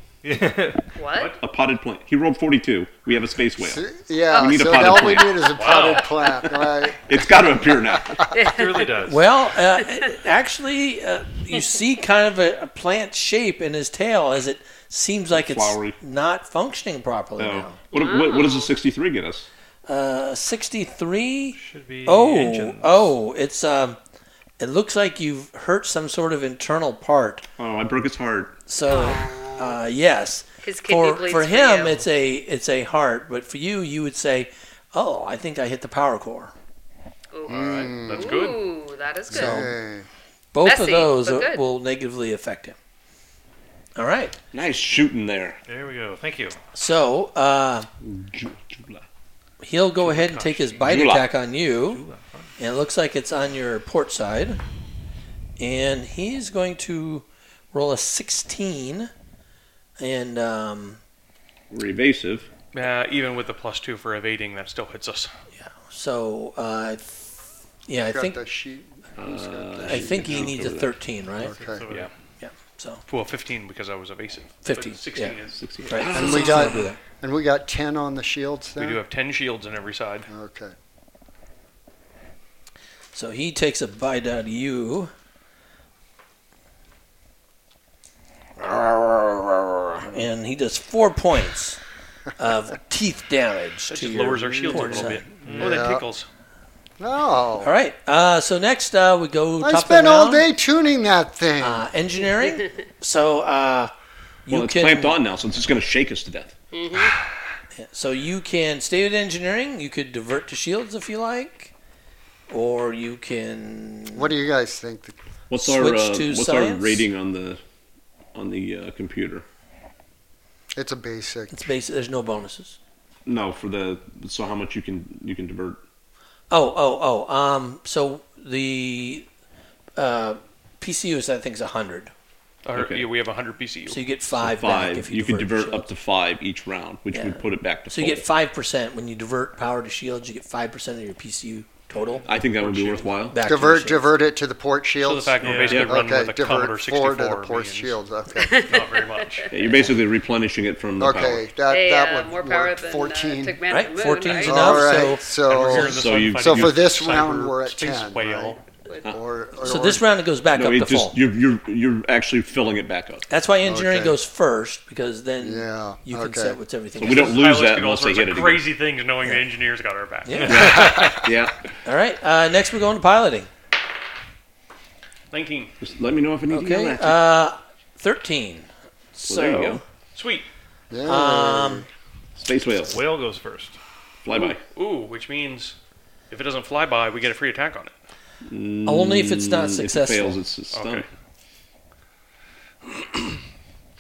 what? A potted plant. He rolled 42. We have a space whale. Yeah, We need a so potted all we plant. need is a potted plant, right? It's got to appear now. It really does. well, uh, actually, uh, you see kind of a, a plant shape in his tail as it seems like it's Flowery. not functioning properly No. What, what, what does a 63 get us? now. Uh, Sixty-three. should be Oh, engines. oh, it's um, it looks like you've hurt some sort of internal part. Oh, I broke his heart. So, uh, yes, His kidney for bleeds for him you. it's a it's a heart, but for you you would say, oh, I think I hit the power core. Ooh. That's good. Ooh, that is good. So- Hey. Both of Messy, those but uh, good. will negatively affect him. All right, Nice shooting there. There we go. Thank you. so uh, Ju- Jula. he'll go ahead and take his bite Jula. attack on you, and it looks like it's on your port side, and he's going to roll a sixteen, and um, We're evasive. Uh, even with the plus two for evading, that still hits us. so uh, yeah, I Got think the sheet. Who's got Uh, I think he needs a 13, right? Okay. So Yeah. Yeah. So Well, 15 because I was evasive. 15, But 16 yeah. is. Sixty. right. And so we let's got- not do that. And we got 10 on the shields We there? do have 10 shields on every side. Okay. So he takes a bite out of you. And he does four points of teeth damage. That to just your lowers our shields a corpse. little bit. Oh, that Yeah. tickles. All No. right. Uh, so next uh, we go. Oh, I top of the spent round, all day tuning that thing. Uh, engineering. so uh, you Well, it's can clamped on now, so it's just going to shake us to death. So you can stay with engineering. You could divert to shields if you like, or you can. what do you guys think? What's Switch our uh, to what's our science? rating on the on the uh, computer? It's a basic. It's basic. There's no bonuses. No, for the so how much you can you can divert. Oh, oh, oh. Um. So the uh, PCU is I think is hundred. Our- Okay. yeah, we have 100 PCU. So you get five. five. Back if you you, can divert, divert up to five each round, which Yeah. would put it back to. So you full. get five percent when you divert power to shields. You get five percent of your PCU total. I think that would be worthwhile. Back to your Divert, shields. divert it to the port shields. so the fact that Yeah. we're basically Yeah. running okay, with a Commodore divert forward 64 to the port means shields. Okay, Not very much. Yeah, you're basically replenishing it from the okay, that Hey, that uh, would more work. power than Fourteen. uh, took man Right, to the moon, 14 is right? enough. all right, And so we're here in this So one you- fighting so for this cyber round we're at space ten, whale. or, or So this round it goes back power. No, up it to full. just you're, you're you're actually filling it back up. That's why engineering Okay. goes first because then Yeah, you can okay. set what's everything. So else. we don't lose Pilots that do all unless they sorts hit of it. Again. crazy things knowing the engineers got our back. Yeah. Yeah, All right. Uh, next, we're going to piloting. 19. just let me know if I need to yell Okay. at you. Uh, Thirteen. So Well, there you Sweet. yeah. Um, Space whales, Whale goes first. fly by. Ooh, which means if it doesn't fly by, we get a free attack on it. Only if it's not Mm, successful. If it fails, it's a stun. Okay.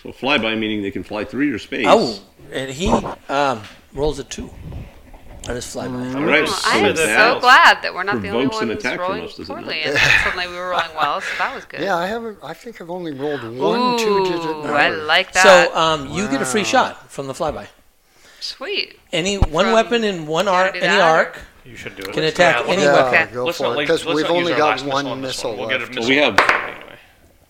so fly by meaning they can fly through your space. oh, and he um, rolls a two on his flyby. all right. Oh, so I am that- so glad that we're not the only provokes an ones attack from rolling us, does it not? poorly, and suddenly we were rolling well, so that was good. yeah, I haven't. I think I've only rolled one two-digit Ooh, number. I like that. So um, you get a free Wow. shot from the flyby. Sweet. Any one From- weapon in one Gotta arc, do any that, or- arc You should do it. can attack that. any yeah, weapon. Okay. go Let's for not it like- because let's we've not use only our got last missile one on this missile one. We'll left. get a So missile we have- anyway.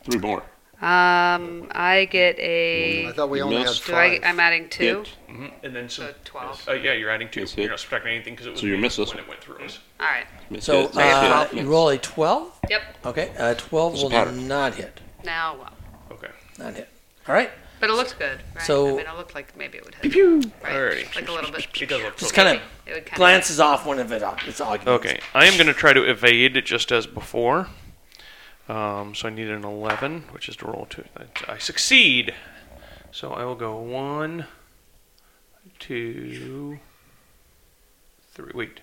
Three more. Um, I get I a. thought we only had Missed. Do I? five. I'm adding two. Hit. And then some. So twelve. Uh, yeah, you're adding two. Yes, hit. You're not subtracting anything because it was So you me miss this when one. it went through us. All right. Miss So hit, miss uh, hit, you miss. roll a twelve. Yep. Okay, uh, twelve There's a will pattern. not hit. Now well. Okay. Not hit. All right. But it looks good. Right? So- I mean, it looked like maybe it would hit. Pew, Alrighty. Like a little bit. It does look Just pretty. kind of It would kinda- glances off one of it. It's arguments. Okay, I am going to try to evade just as before. Um, so I need an 11, which is to roll two. I- I succeed. So I will go one, two, three. Wait.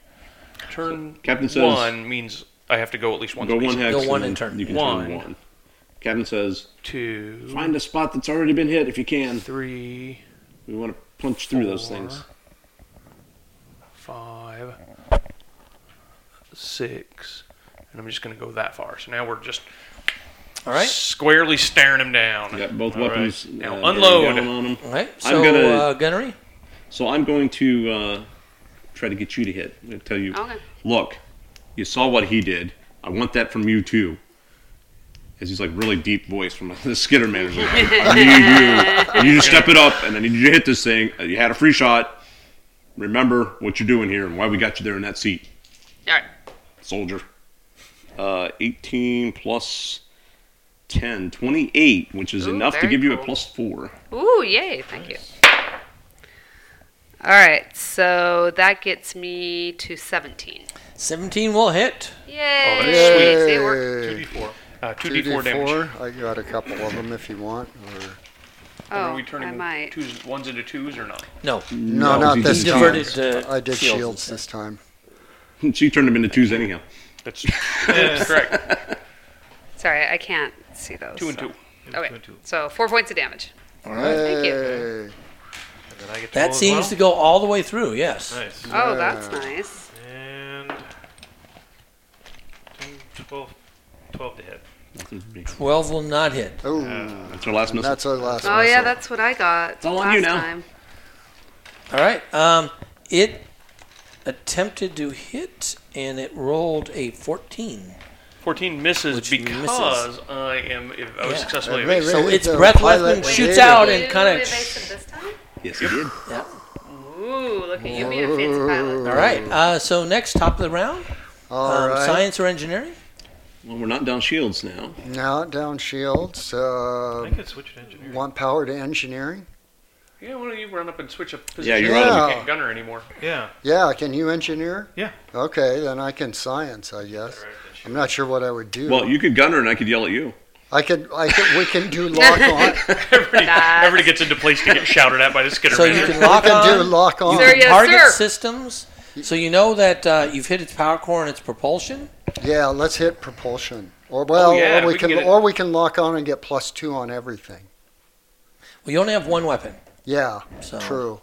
Turn Captain says- one means I have to go at least one Go space. one hex. Go one and and turn. You can One. turn one. Captain says, Two, find a spot that's already been hit if you can. three, We want to punch through those things. five, six. And I'm just going to go that far. So now we're just All right. squarely staring him down. We got both All right. weapons. Now burning unload. down on 'em. All right. I'm So gonna- uh, gunnery. So I'm going to uh, try to get you to hit. I'm going to tell you, Okay. look, you saw what he did. I want that from you too. As he's like really deep voice from the skitter manager. I need you. I need you to step it up, and I need you to hit this thing. Uh, You had a free shot. Remember what you're doing here and why we got you there in that seat, All right. soldier. Uh, 18 plus 10, 28, which is Ooh, enough to very give you a cool. plus four. Ooh, yay! Thank you. All right, so that gets me to 17. 17 will hit. Yay! Oh, that's sweet. See, it worked. Yay. 2d4. Uh, 2d4, 2d4 damage. I got a couple of them if you want. Or... Oh, Are we turning I might. twos, ones into twos or not? No. No, No, not he this just time. diverted to I did shields shields instead. this time. she turned him into twos anyhow. That's, that's correct. Sorry, I can't see those. Two and so- two. Two Okay, and two. so four points of damage. Thank you. Hey, And then I get to roll That as seems well? to go all the way through, yes. Nice. Oh, that's nice. And 10, 12, 12 to hit. 12 will not hit. Oh, That's our last missile. that's our last Oh yeah, missile. that's what I got all on last you now. time. All right. Um, it attempted to hit and it rolled a 14. Fourteen misses Which misses. because I am. If I was Yeah. successfully Right, evasive. So Really, it's the breath pilot left and was shoots able- out and kind You of. evasive this time? Yes, he did. Ooh, look at you being a fancy pilot. All right. Uh, so next, top of the round, All um, right. science or engineering? Well, we're not down shields now. Now down shields. I Uh, think it's switched engineering. want power to engineering? Yeah, why don't you run up and switch a position? Yeah, you're You on. can't gunner anymore. Yeah. Yeah, can you engineer? Yeah. Okay, then I can science, I guess. I'm not sure what I would do. Well, you could gunner and I could yell at you. I could, I could, we can do lock on. everybody, Nice. everybody gets into place to get shouted at by the Skidder So man. you can We lock can do on. lock on. Sir, yes, target sir. systems. So you know that uh, you've hit its power core and its propulsion. Yeah, let's hit propulsion. Or well, yeah, or we, we can can, get it. or we can lock on and get plus two on everything. Well, you only have one weapon. Yeah, So true.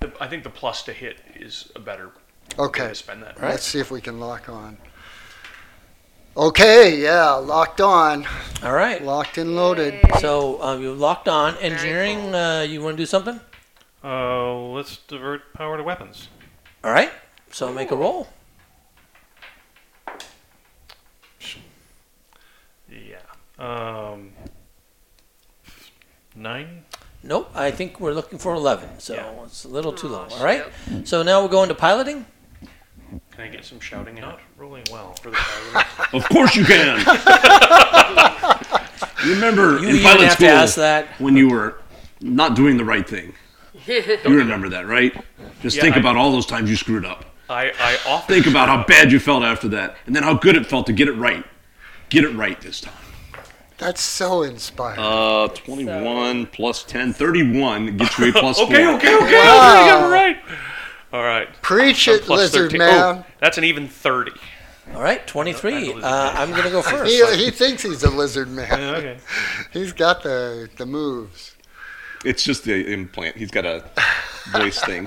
The- I think the plus to hit is a better way Okay, to spend that. Right. let's see if we can lock on. Okay, yeah, locked on, All right. locked and loaded. So um, you locked on engineering. Uh, you want to do something? Uh, let's divert power to weapons. All right. So make a roll. Yeah. Um, nine. Nope. I think we're looking for eleven. So Yeah. it's a little too low. Aw, All right. So now we're going to piloting. Can I get some shouting out Not rolling well. for the pilot? Of course you can. remember You in even pilot have school to ask that. when you were not doing the right thing. you remember that, right? Just Yeah, think I- about all those times you screwed up. I, I often Think about how shout bad you felt after that, and then how good it felt to get it right. Get it right this time. That's so inspiring. Uh, 21 plus 10, 31 gets you a plus out. Okay, okay, okay. I think I'm right. All right. Preach it, Plus lizard 13. man. Oh, that's an even 30. All right. Twenty-three. losing Uh, I'm going to go first. He, he thinks he's a lizard man. Okay. He's got the the moves. It's just the implant. He's got a voice thing.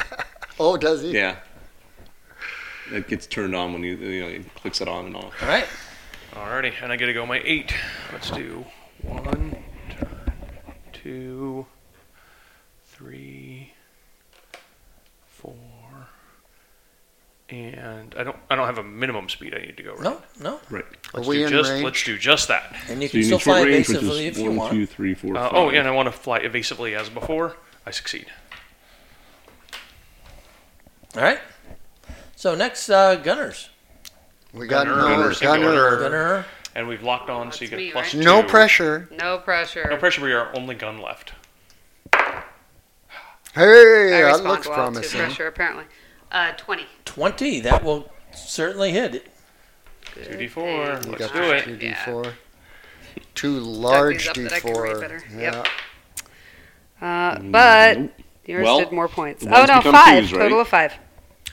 Oh, does he? Yeah. It gets turned on when you, you know, he clicks it on and off. All right. Alrighty, and I gotta go my eight. Let's do one, two, three, four, and I don't I don't have a minimum speed I need to go. Right? No. No. Are let's we do in just range? let's do just that. And you So can you still need short fly range, which evasively is if you one, want. two, three, four, Uh, five. oh, yeah, and I want to fly evasively as before. I succeed. All right. So next, uh, gunners. We got Gunner, no gunner, gunner. Gunner. And we've locked on, so you That's get me, plus right? No two. pressure. No pressure. No pressure. We are only gun left. Hey, I that respond looks well to promising. pressure, apparently. Uh, 20. 20. That will certainly hit. Two d four. thing. You got Let's do the it. two Yeah. D4. Two large up that I can read D4. better. Yeah. Yep. Uh, but Nope. yours Well, did more points. the Oh, ones no, become five. twos, right? Total of five.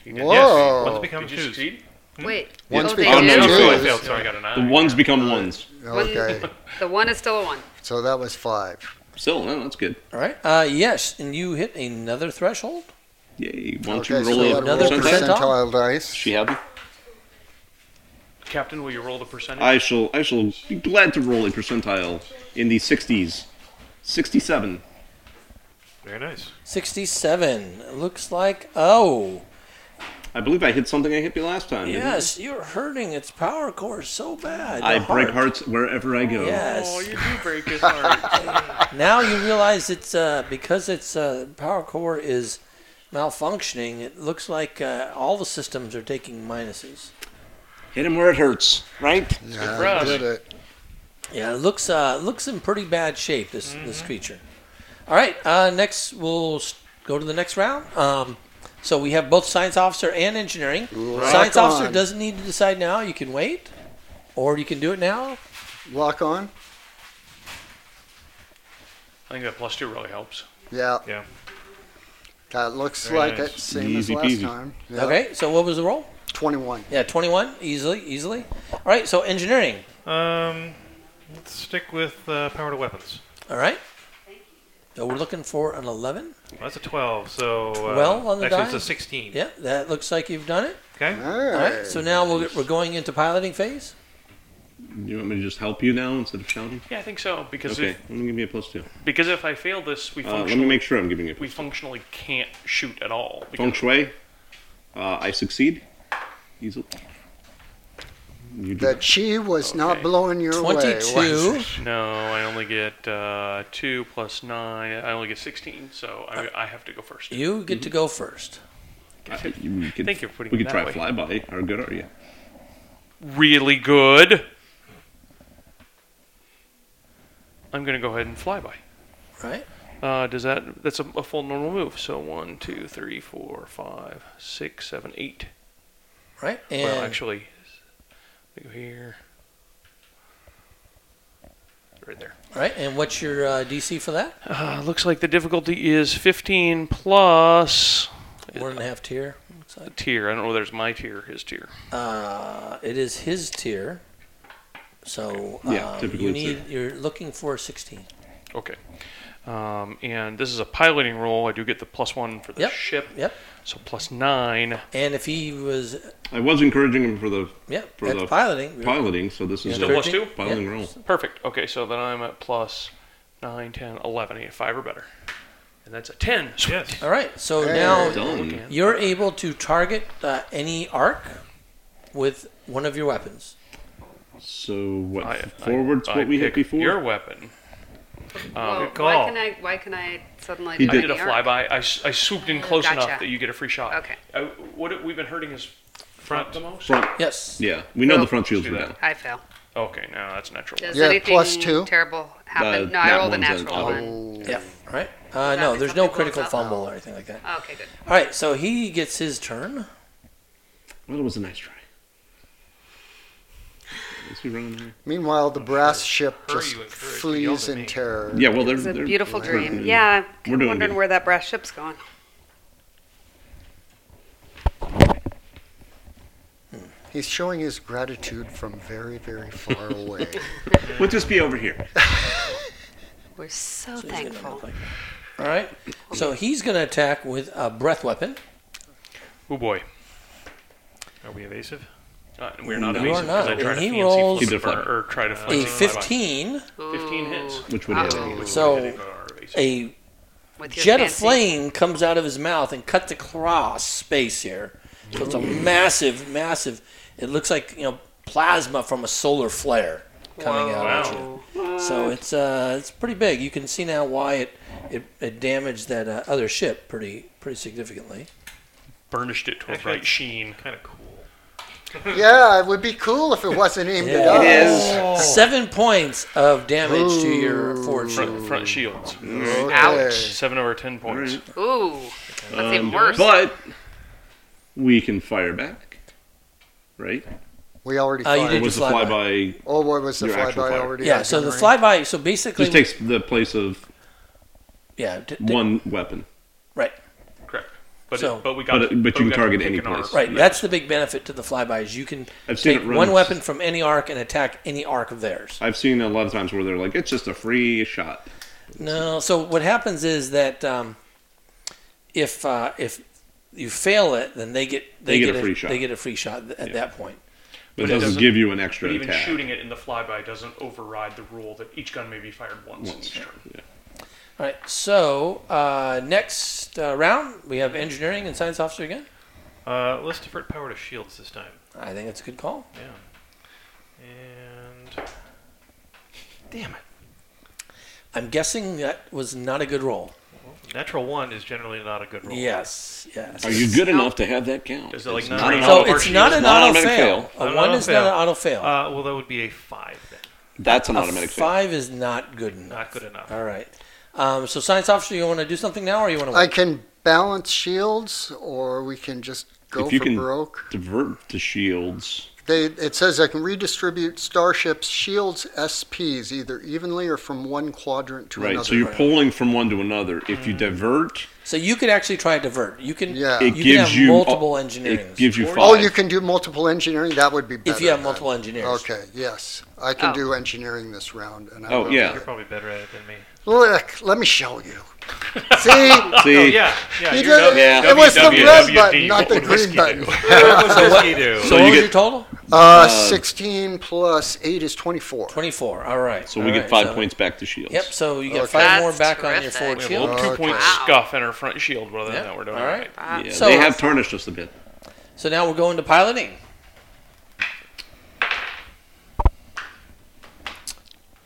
You did- Whoa. Yes. Let's become Did you twos. succeed? Wait. Once oh, they become did. Oh, two. no, I Yes. failed. Sorry, I got a The nine. ones become ones. Okay. The one is still a one. So that was five. Still, no, that's good. All right. Uh, yes. And you hit another threshold. Yay. Why don't Okay, you so roll we a got to roll another percentile? percent- percentile dice. She have it? Captain, will you roll the percentage? I shall. I shall be glad to roll a percentile in the sixties, sixty-seven. Very nice. 67. It Looks like, oh, I believe I hit something I hit you last time. didn't I? yes, you're hurting its power core so bad. the I heart. break hearts wherever I go. Oh, Yes. you do break his heart. now you realize it's uh, because its uh, power core is malfunctioning, it looks like uh, all the systems are taking minuses. Hit him where it hurts. Right. Mm-hmm. Yeah, Surprise. did it. Yeah, it looks uh, looks in pretty bad shape. This this creature. All right, uh, next we'll s- go to the next round. Um, so we have both science officer and engineering. Rock Science officer on. doesn't need to decide now. You can wait, or you can do it now. Lock on. I think that plus two really helps. Yeah. Yeah. That looks Very like nice. it. Same Easy as last peasy. time. Yeah. Okay. So what was the roll? Twenty-one. Yeah, twenty-one, easily, easily. All right. So engineering. Um, let's stick with uh, power to weapons. All right. So we're looking for an eleven. Well, that's a 12, so. Uh, Well, on the Actually, die? it's a 16. Yeah, that looks like you've done it. Okay. All All right. right. So now we'll, we're going into piloting phase. You want me to just help you now instead of shouting? Yeah, I think so because Okay. if I'm gonna give me a plus two. because if I fail this, we Uh, functionally let me make sure I'm giving you. we functionally can't shoot at all. Feng Because Shui. Uh, I succeed. Easily. You do that she was not Okay. blowing your way. was- 22. No, I only get uh, two plus nine. I only get sixteen, so I, I have to go first. You get to go first. I think you- we could, Thank you for putting we it could that try way. flyby. How good are you? Really good. I'm gonna go ahead and fly by. Right? Uh, does that? That's a, a full normal move. So one, two, three, four, five, six, seven, eight. Right? And Well, actually, let me go here. Right there. right? And what's your uh, DC for that? Uh, looks like the difficulty is 15 plus One and a half tier. a tier. I don't know whether it's my tier or his tier. Uh, it is his tier. So um, Yeah, typically you it's a- need you're looking for 16. Okay. Um, and this is a piloting roll. I do get the plus one for the Yep, ship. yep. So plus nine. And if he was I was encouraging him for the yep, For that's the piloting. piloting, so this is Yeah, a plus thirteen. two? piloting Yeah. roll. Perfect. Okay, so then I'm at plus nine, 10, 11. I need a five or better. And that's a 10. Sweet. Yes. All right. So Hey. now Done. Okay. You're able to target uh, any arc with one of your weapons. So what? I- I- forwards I what we hit pick before. Your weapon. Oh, Um, well, call. Why can I? Why can I suddenly? He I find did a the arc? flyby. I, s- I swooped in close enough Gotcha. that you get a free shot. Okay. I, what we've been hurting is front the most. Front. Yes. Yeah, we know Well, the front shields for let's that. I fail. Okay, no, that's natural. Does Yeah, anything plus two. terrible happen? Uh, no, I nat rolled a one's a- natural oh. one. Yeah. Right. Uh, no, Exactly, there's no something critical blows up. fumble or anything like that. Okay, good. All right. So he gets his turn. Well, it was a nice try. Is he running away? Meanwhile, the brass ship Hurry, just you encourage, yell flees to in me. terror. Yeah, well, they're, It's a they're- beautiful they're- dream. Yeah, We're I'm doing wondering good. where that brass ship's going. He's showing his gratitude from very, very far away. We'll just be over here. We're so So he's gonna thankful. look like that. All right. So he's going to attack with a breath weapon. Oh boy, Are we evasive? uh, we're not You evasive are because I not. try to He fancy rolls- flip He did or, or try to A flip. 15, Fifteen hits. Which would Uh-oh. have So a a With your jet of fancy- flame comes out of his mouth and cuts across space here. So it's a Mm. massive, massive. It looks like you know plasma from a solar flare coming out at you. Whoa. So it's uh, it's pretty big. You can see now why it it, it damaged that uh, other ship pretty pretty significantly. burnished it to a Actually, bright sheen. Kind of cool. yeah, it would be cool if it wasn't aimed at us. Seven points of damage to your forward shield. Front, front shields. Okay. Ouch. Seven over ten points. Alright. Ooh, that's even worse. Um, But we can fire back, right? We already Uh, you fired. did- was the fly by. flyby Oh, what was the Your flyby actual fire. already? Yeah. on So the Gunnery? flyby. So basically, just takes the place of yeah. d- d- one weapon? Right. Correct. But, So- it, but we got. But it- but you can we got target pick any an arc. place. Right. Yeah. That's the big benefit to the flyby is you can I've seen take it run one s- weapon from any arc and attack any arc of theirs. I've seen a lot of times where they're like, it's just a free shot. No. So what happens is that um, if uh, if you fail it, then they get they, They get a free shot. They get a free shot th- at that point. But, But it it doesn't doesn't- give you an extra But even attack. shooting it in the flyby doesn't override the rule that each gun may be fired once, in Once. each turn. Yeah. All right. So uh, next uh, round, we have engineering and science officer again. Uh, let's divert power to shields this time. I think that's a good call. Yeah. And damn it, I'm guessing that was not a good roll. natural one is generally not a good roll. Yes. Yes. Are you good enough to have that count? Is it like It's nine not or an so of our it's not shields? an Not auto automatic fail. fail. A Not an one auto is not an fail. auto fail. Uh, well, that would be a five. Then. That's an A automatic fail. five is not good enough. Not good enough. All right. Um, so science officer, you want to do something now, or you want to I wait? can balance shields, or we can just go If you for can- broke. Divert to shields. They, it says I can redistribute starships' shields SPs either evenly or from one quadrant to Right. another. So you're pulling from one to another. If you divert, so you could actually try to divert. You can. Yeah. You it can gives have you multiple engineering. It gives you five. oh, you can do multiple engineering. That would be better. If you have then. multiple engineers. Okay. Yes, I can Oh. do engineering this round. And I Oh, will. yeah. You're probably better at it than me. Look, let me show you. See, See, Oh yeah, yeah. He you're did it. Yeah. It was the red WWD. button, not What the would green whiskey button. What does whiskey do? So, you what was get- your total? Uh, 16 plus 8 is 24. Twenty-four. All right. so we All get right, five so- points back to shields. Yep. So you get Okay. five more That's back on your terrific. forward We have a shield. little Okay. two-point Wow. scuff in our front shield. Whether Yeah. or not we're doing All all right. right. Wow. Yeah, So- they have tarnished us a bit. So now we're going to piloting.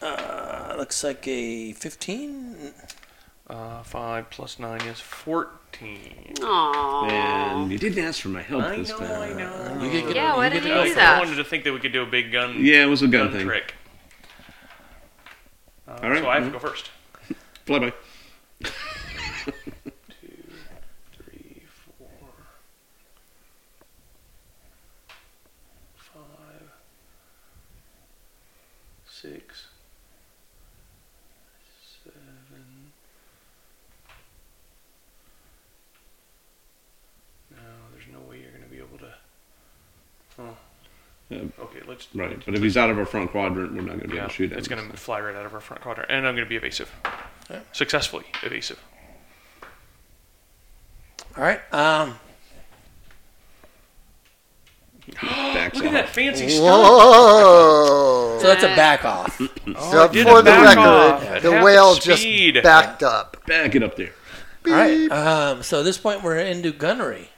Uh, looks like a 15. Uh, five plus nine is fourteen. Oh. Aww. And you didn't ask for my help I this know, time. I know. You get- Yeah, why you get didn't to you go I, do first. that? wanted to think that we could do a big gun, Yeah, it was a gun, gun thing. trick. Uh, All right, So I have to mhm. go first. Fly by. two, three, four, five, six, seven. No, there's no way you're going to be able to. Huh. Yeah. Okay, let's. Uh, Right, but if he's out of our front quadrant, we're not going to be Yeah, able to shoot him. it's going to fly right out of our front quadrant, and I'm going to be evasive. Yeah. Successfully evasive. All right. Um, Backs Look at off. that fancy stuff. Whoa! so that's a back off. So did for the back off record, at the half whale the just speed. backed up. Back it up there. All right. Um, so at this point, we're into gunnery.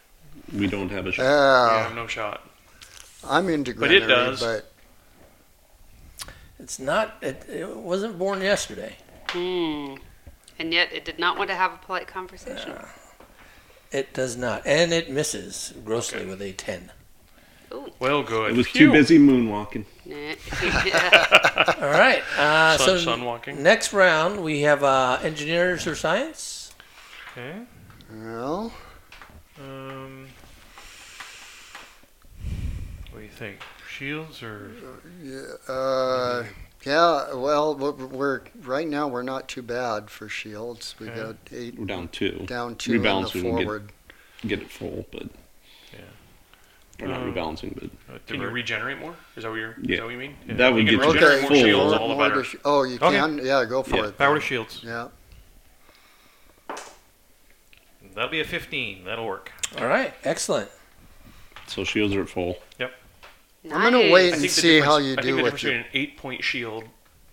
We don't have a shot. Uh, I Oh, have no shot. I'm into But it granary, does. but It's not, it, it wasn't born yesterday. Hmm. And yet it did not want to have a polite conversation. It does not. And it misses grossly with a 10. Well, good. it was Phew. too busy moonwalking. Yeah. All right. Uh, Sun, so sun walking. next round, we have uh, engineers or science. Okay. well, Um, what do you think? Shields or uh, yeah. Well, we're, we're right now we're not too bad for shields. We Okay. got eight We're down two. down two in the Rebalance, we can get- forward. Get it full, but. Yeah. We're not Um, rebalancing, but uh, Can you divert? regenerate more? Is that what you're? Yeah. Is that what you mean? That would you can get you regenerate Okay. generate more full. shields, more all the more better. to sh- oh, you Okay. can. Yeah, go for Yeah. it. power then. to shields? Yeah. That'll be a 15. That'll work. All right. Excellent. so shields are at full. I'm gonna wait and I think the see how difference- you I think do the with it. difference between an eight-point shield,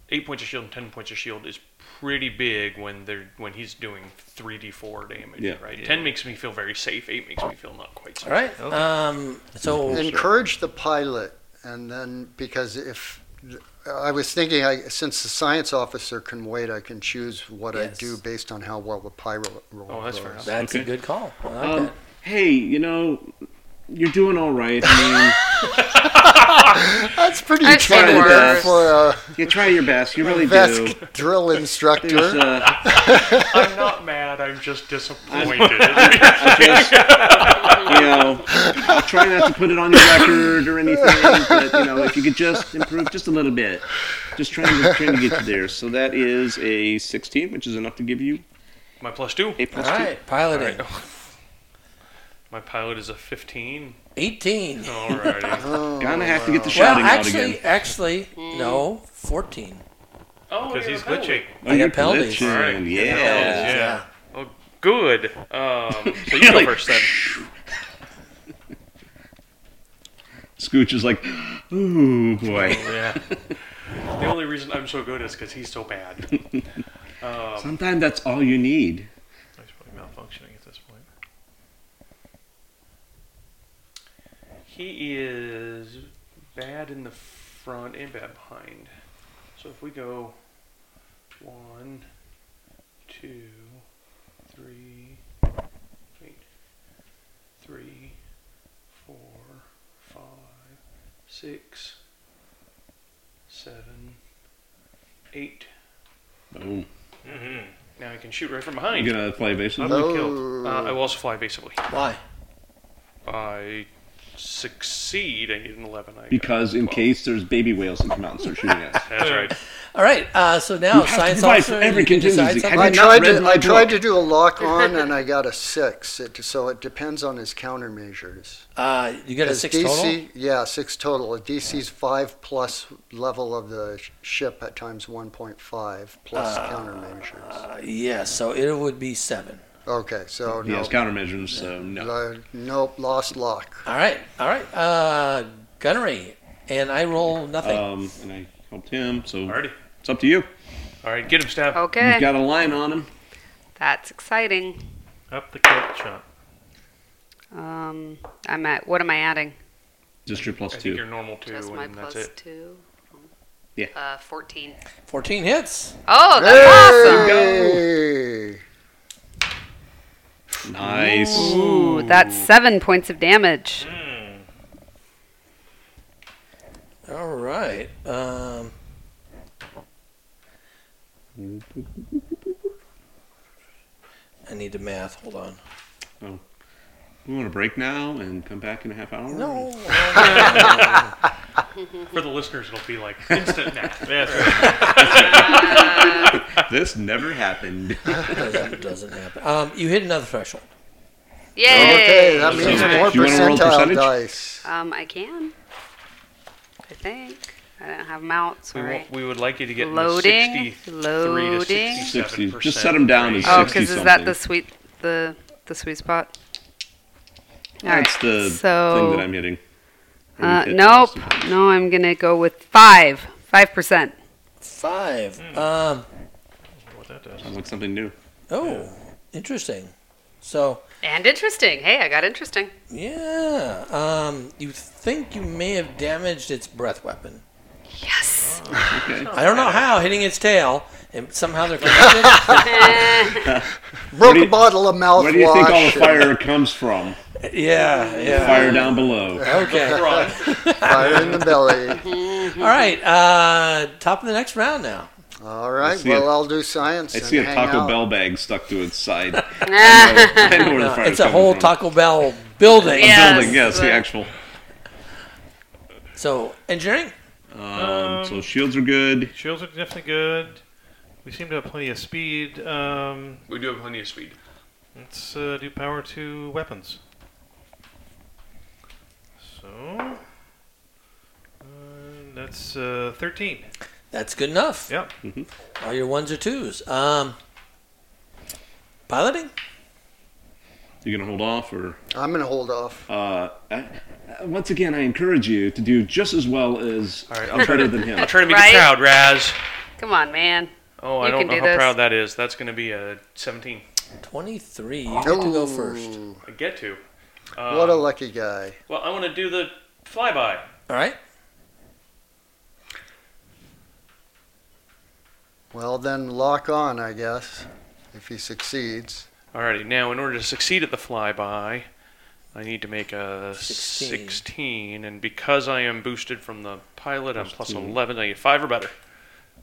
eight points of shield, and ten points of shield is pretty big when they're when he's doing three d4 damage. Yeah. Right. Ten makes me feel very safe. Eight makes me feel not quite safe. All right. Oh. Um, so Encourage the pilot, and then because if I was thinking, I, since the science officer can wait, I can choose what I Yes. do based on how well the pilot roll. Oh, that's fair goes. enough. that's a Okay. good call. I like Um, that. hey, you know, you're doing all right. I That's pretty I've seen good worse. for a mean, you try your best. You really do. vest drill There's, instructor. uh, I'm not mad. I'm just disappointed. I just, you know, I'll try not to put it on your record or anything, but you know, if you could just improve just a little bit, just trying to trying to get you there. So that is a 16, which is enough to give you My plus two. a plus All two. right. Piloting. My pilot is a 15. 18. Alrighty. Gonna have to get the Well, shouting out actually, again. actually, no, 14. oh, Because you're he's a pilot. glitching. Oh, you're got penalties. glitching. All right. Yeah. Yeah. Oh, good. Um, so you go Like, first then. Scooch is like, ooh boy. Yeah. the only reason I'm so good is because he's so bad. Um, Sometimes that's all you need. He's probably malfunctioning at this point. he is bad in the front and bad behind. So if we go one, two, three, wait, three, four, five, six, seven, eight. Boom. Mm-hmm. Now I can shoot right from You behind. gonna fly I'm bases? gonna Uh, I Oh, will also fly basically. Why? I succeed. I need an 11. I got Because in 12. case there's baby whales that come out and start shooting at us. That's right. All right. Uh, so now, You have to science provide officer. for every you can decide contingency. something. Have I I've not tried read to my I tried book. to do a lock on, and I got a six. It, so it depends on his countermeasures. Uh, you got a Because six DC, total. Yeah, six total. A DC's five plus level of the sh- ship at times 1.5 plus countermeasures. Uh, yeah, so it would be seven. Okay, so He no, has countermeasures, so no. uh, nope, lost lock. All right, all right. Uh, gunnery, and I roll nothing. Um, and I helped him, so Alrighty. it's up to you. All right, get him, Stab. okay. You've got a line on him. That's exciting. Up the kilt chop. Um, I'm at, what am I adding? Just your plus I think two. you're normal too, Just my and that's plus it. two. Yeah. Uh, 14. 14 hits. Oh, that's awesome. Hey! Nice. Ooh, that's seven points of damage. All right. Um, I need to math. Hold on. We want to break now and come back in a half hour. No. For the listeners, it'll be like instant math. That's right. this never happened. doesn't, doesn't happen. Um, you hit another threshold. Okay, Yay. that means Okay. more Do you wanna roll percentile percentage? dice. Um, I can. I think. I don't have them out. We, Sorry. want, we would like you to get in the Loading. 63 to Loading. 60. 67%. Just set 'em down range. as- Oh, 60 because is that something. the sweet the the sweet spot? All right. That's the so, thing that I'm hitting. Or uh, we hit last nope. time. No, I'm gonna go with five. Five percent. Five. Um, what that does. Sounds like something new. oh, interesting. So, And interesting. Hey, I got interesting. yeah. Um, you think you may have damaged its breath weapon. Yes. Okay. I don't know how, hitting its tail, and somehow they're connected. Broke do a you- bottle of mouthwash. Where do you think all the fire comes from? yeah, yeah. Fire down below. Okay. Fire in the belly. All right. Uh, top of the next round now. All right. see Well, a- I'll do science. I and see a hang Taco out. Bell bag stuck to its side. I know where the Uh, fire it's a whole from. Taco Bell building. Yeah. building. Yes, Yes. the actual. So, engineering? Um, so shields are good. Shields are definitely good. We seem to have plenty of speed. Um, We do have plenty of speed. let's uh, do power to weapons. So. Uh, that's uh, 13. That's good enough. Mm-hmm. Yep. All your ones or twos. Um, piloting? You gonna hold off or? I'm going to hold off. Uh, I, uh, once again, I encourage you to do just as well as All right, I'll or better than him. I'm trying to be Right? proud, Raz. Come on, man. Oh, I You don't can know do how this. proud that is. That's going to be a 17. 23. You get to go first. Ooh, I get to. Um, What a lucky guy. well, I want to do the flyby. All right. Well, then lock on, I guess, if he succeeds. Alrighty, now in order to succeed at the flyby, I need to make a 16. 16. and because I am boosted from the pilot, I'm plus 11, I get 5 or better.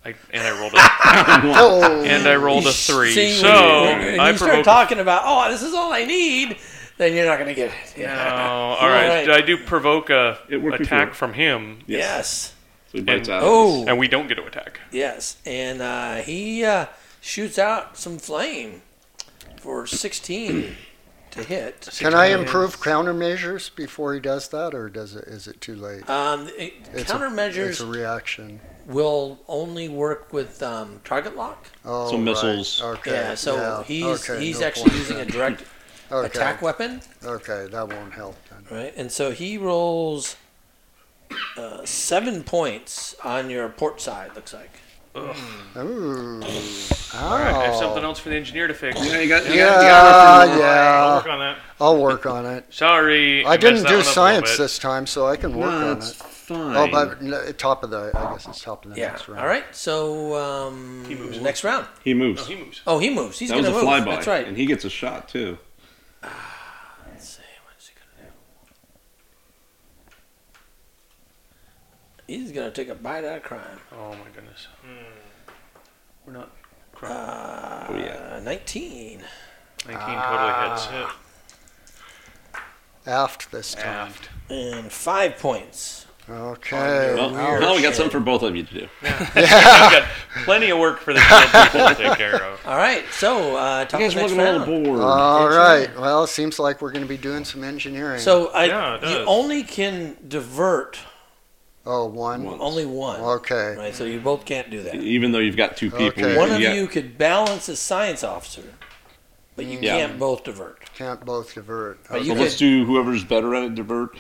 I, and I rolled a, Oh, and I rolled a He's 3. seeing so, when you, when I you start provoked talking about, oh, this is all I need, then you're not going to get it. No, Yeah. alright, Alright. oh, I do provoke a It worked attack before. from him, Yes. So he bites out. Oh. and we don't get to attack. Yes. And uh, he uh, shoots out some flame for 16 to hit. can I improve countermeasures before he does that, or does it? Is it too late? Um, it- It's a- it's countermeasures a reaction. will only work with um, target lock. Oh, So right. missiles. Okay. yeah, so yeah, he's okay, he's no actually point using a then. direct okay. attack weapon, Okay, that won't help then. right? And so he rolls uh, seven points on your port side. Looks like. Ooh. Oh. Alright, I have Ow. something else for the engineer to fix. Yeah, you got, you got, you got Yeah, Oh. I'll yeah. work on that. I'll work on it. Sorry. I messed didn't that do one up a little science bit. this time, so I can work no, on it's it. fine. Oh, but no, top of the, I guess it's top of the Yeah. next round. All right. So um, moves. next round. he moves. No, he moves. Oh, he moves. He's that was gonna a move. flyby. That's right. And he gets a shot too. Let's see. What is he gonna do? He's gonna take a bite out of crime. Oh my goodness. Hmm. We're not. Uh, Oh, yeah. Nineteen. 19 totally hits. Aft this time. Aft. And five points. Okay. Well, Ouch. now we got something for both of you to do. I've got plenty of work for the dead people to take care of. All right. So uh, top of the next all round. aboard. All Engineering. right. Well, it seems like we're going to be doing some engineering. So I, Yeah, it you does. only can divert oh, one. Once. only one, Okay. right? So you both can't do that. Even though you've got two people, Okay. One of yeah, you could balance as science officer, but you Yeah. can't both divert. Can't both divert. But So you let's could- do whoever's better at it divert.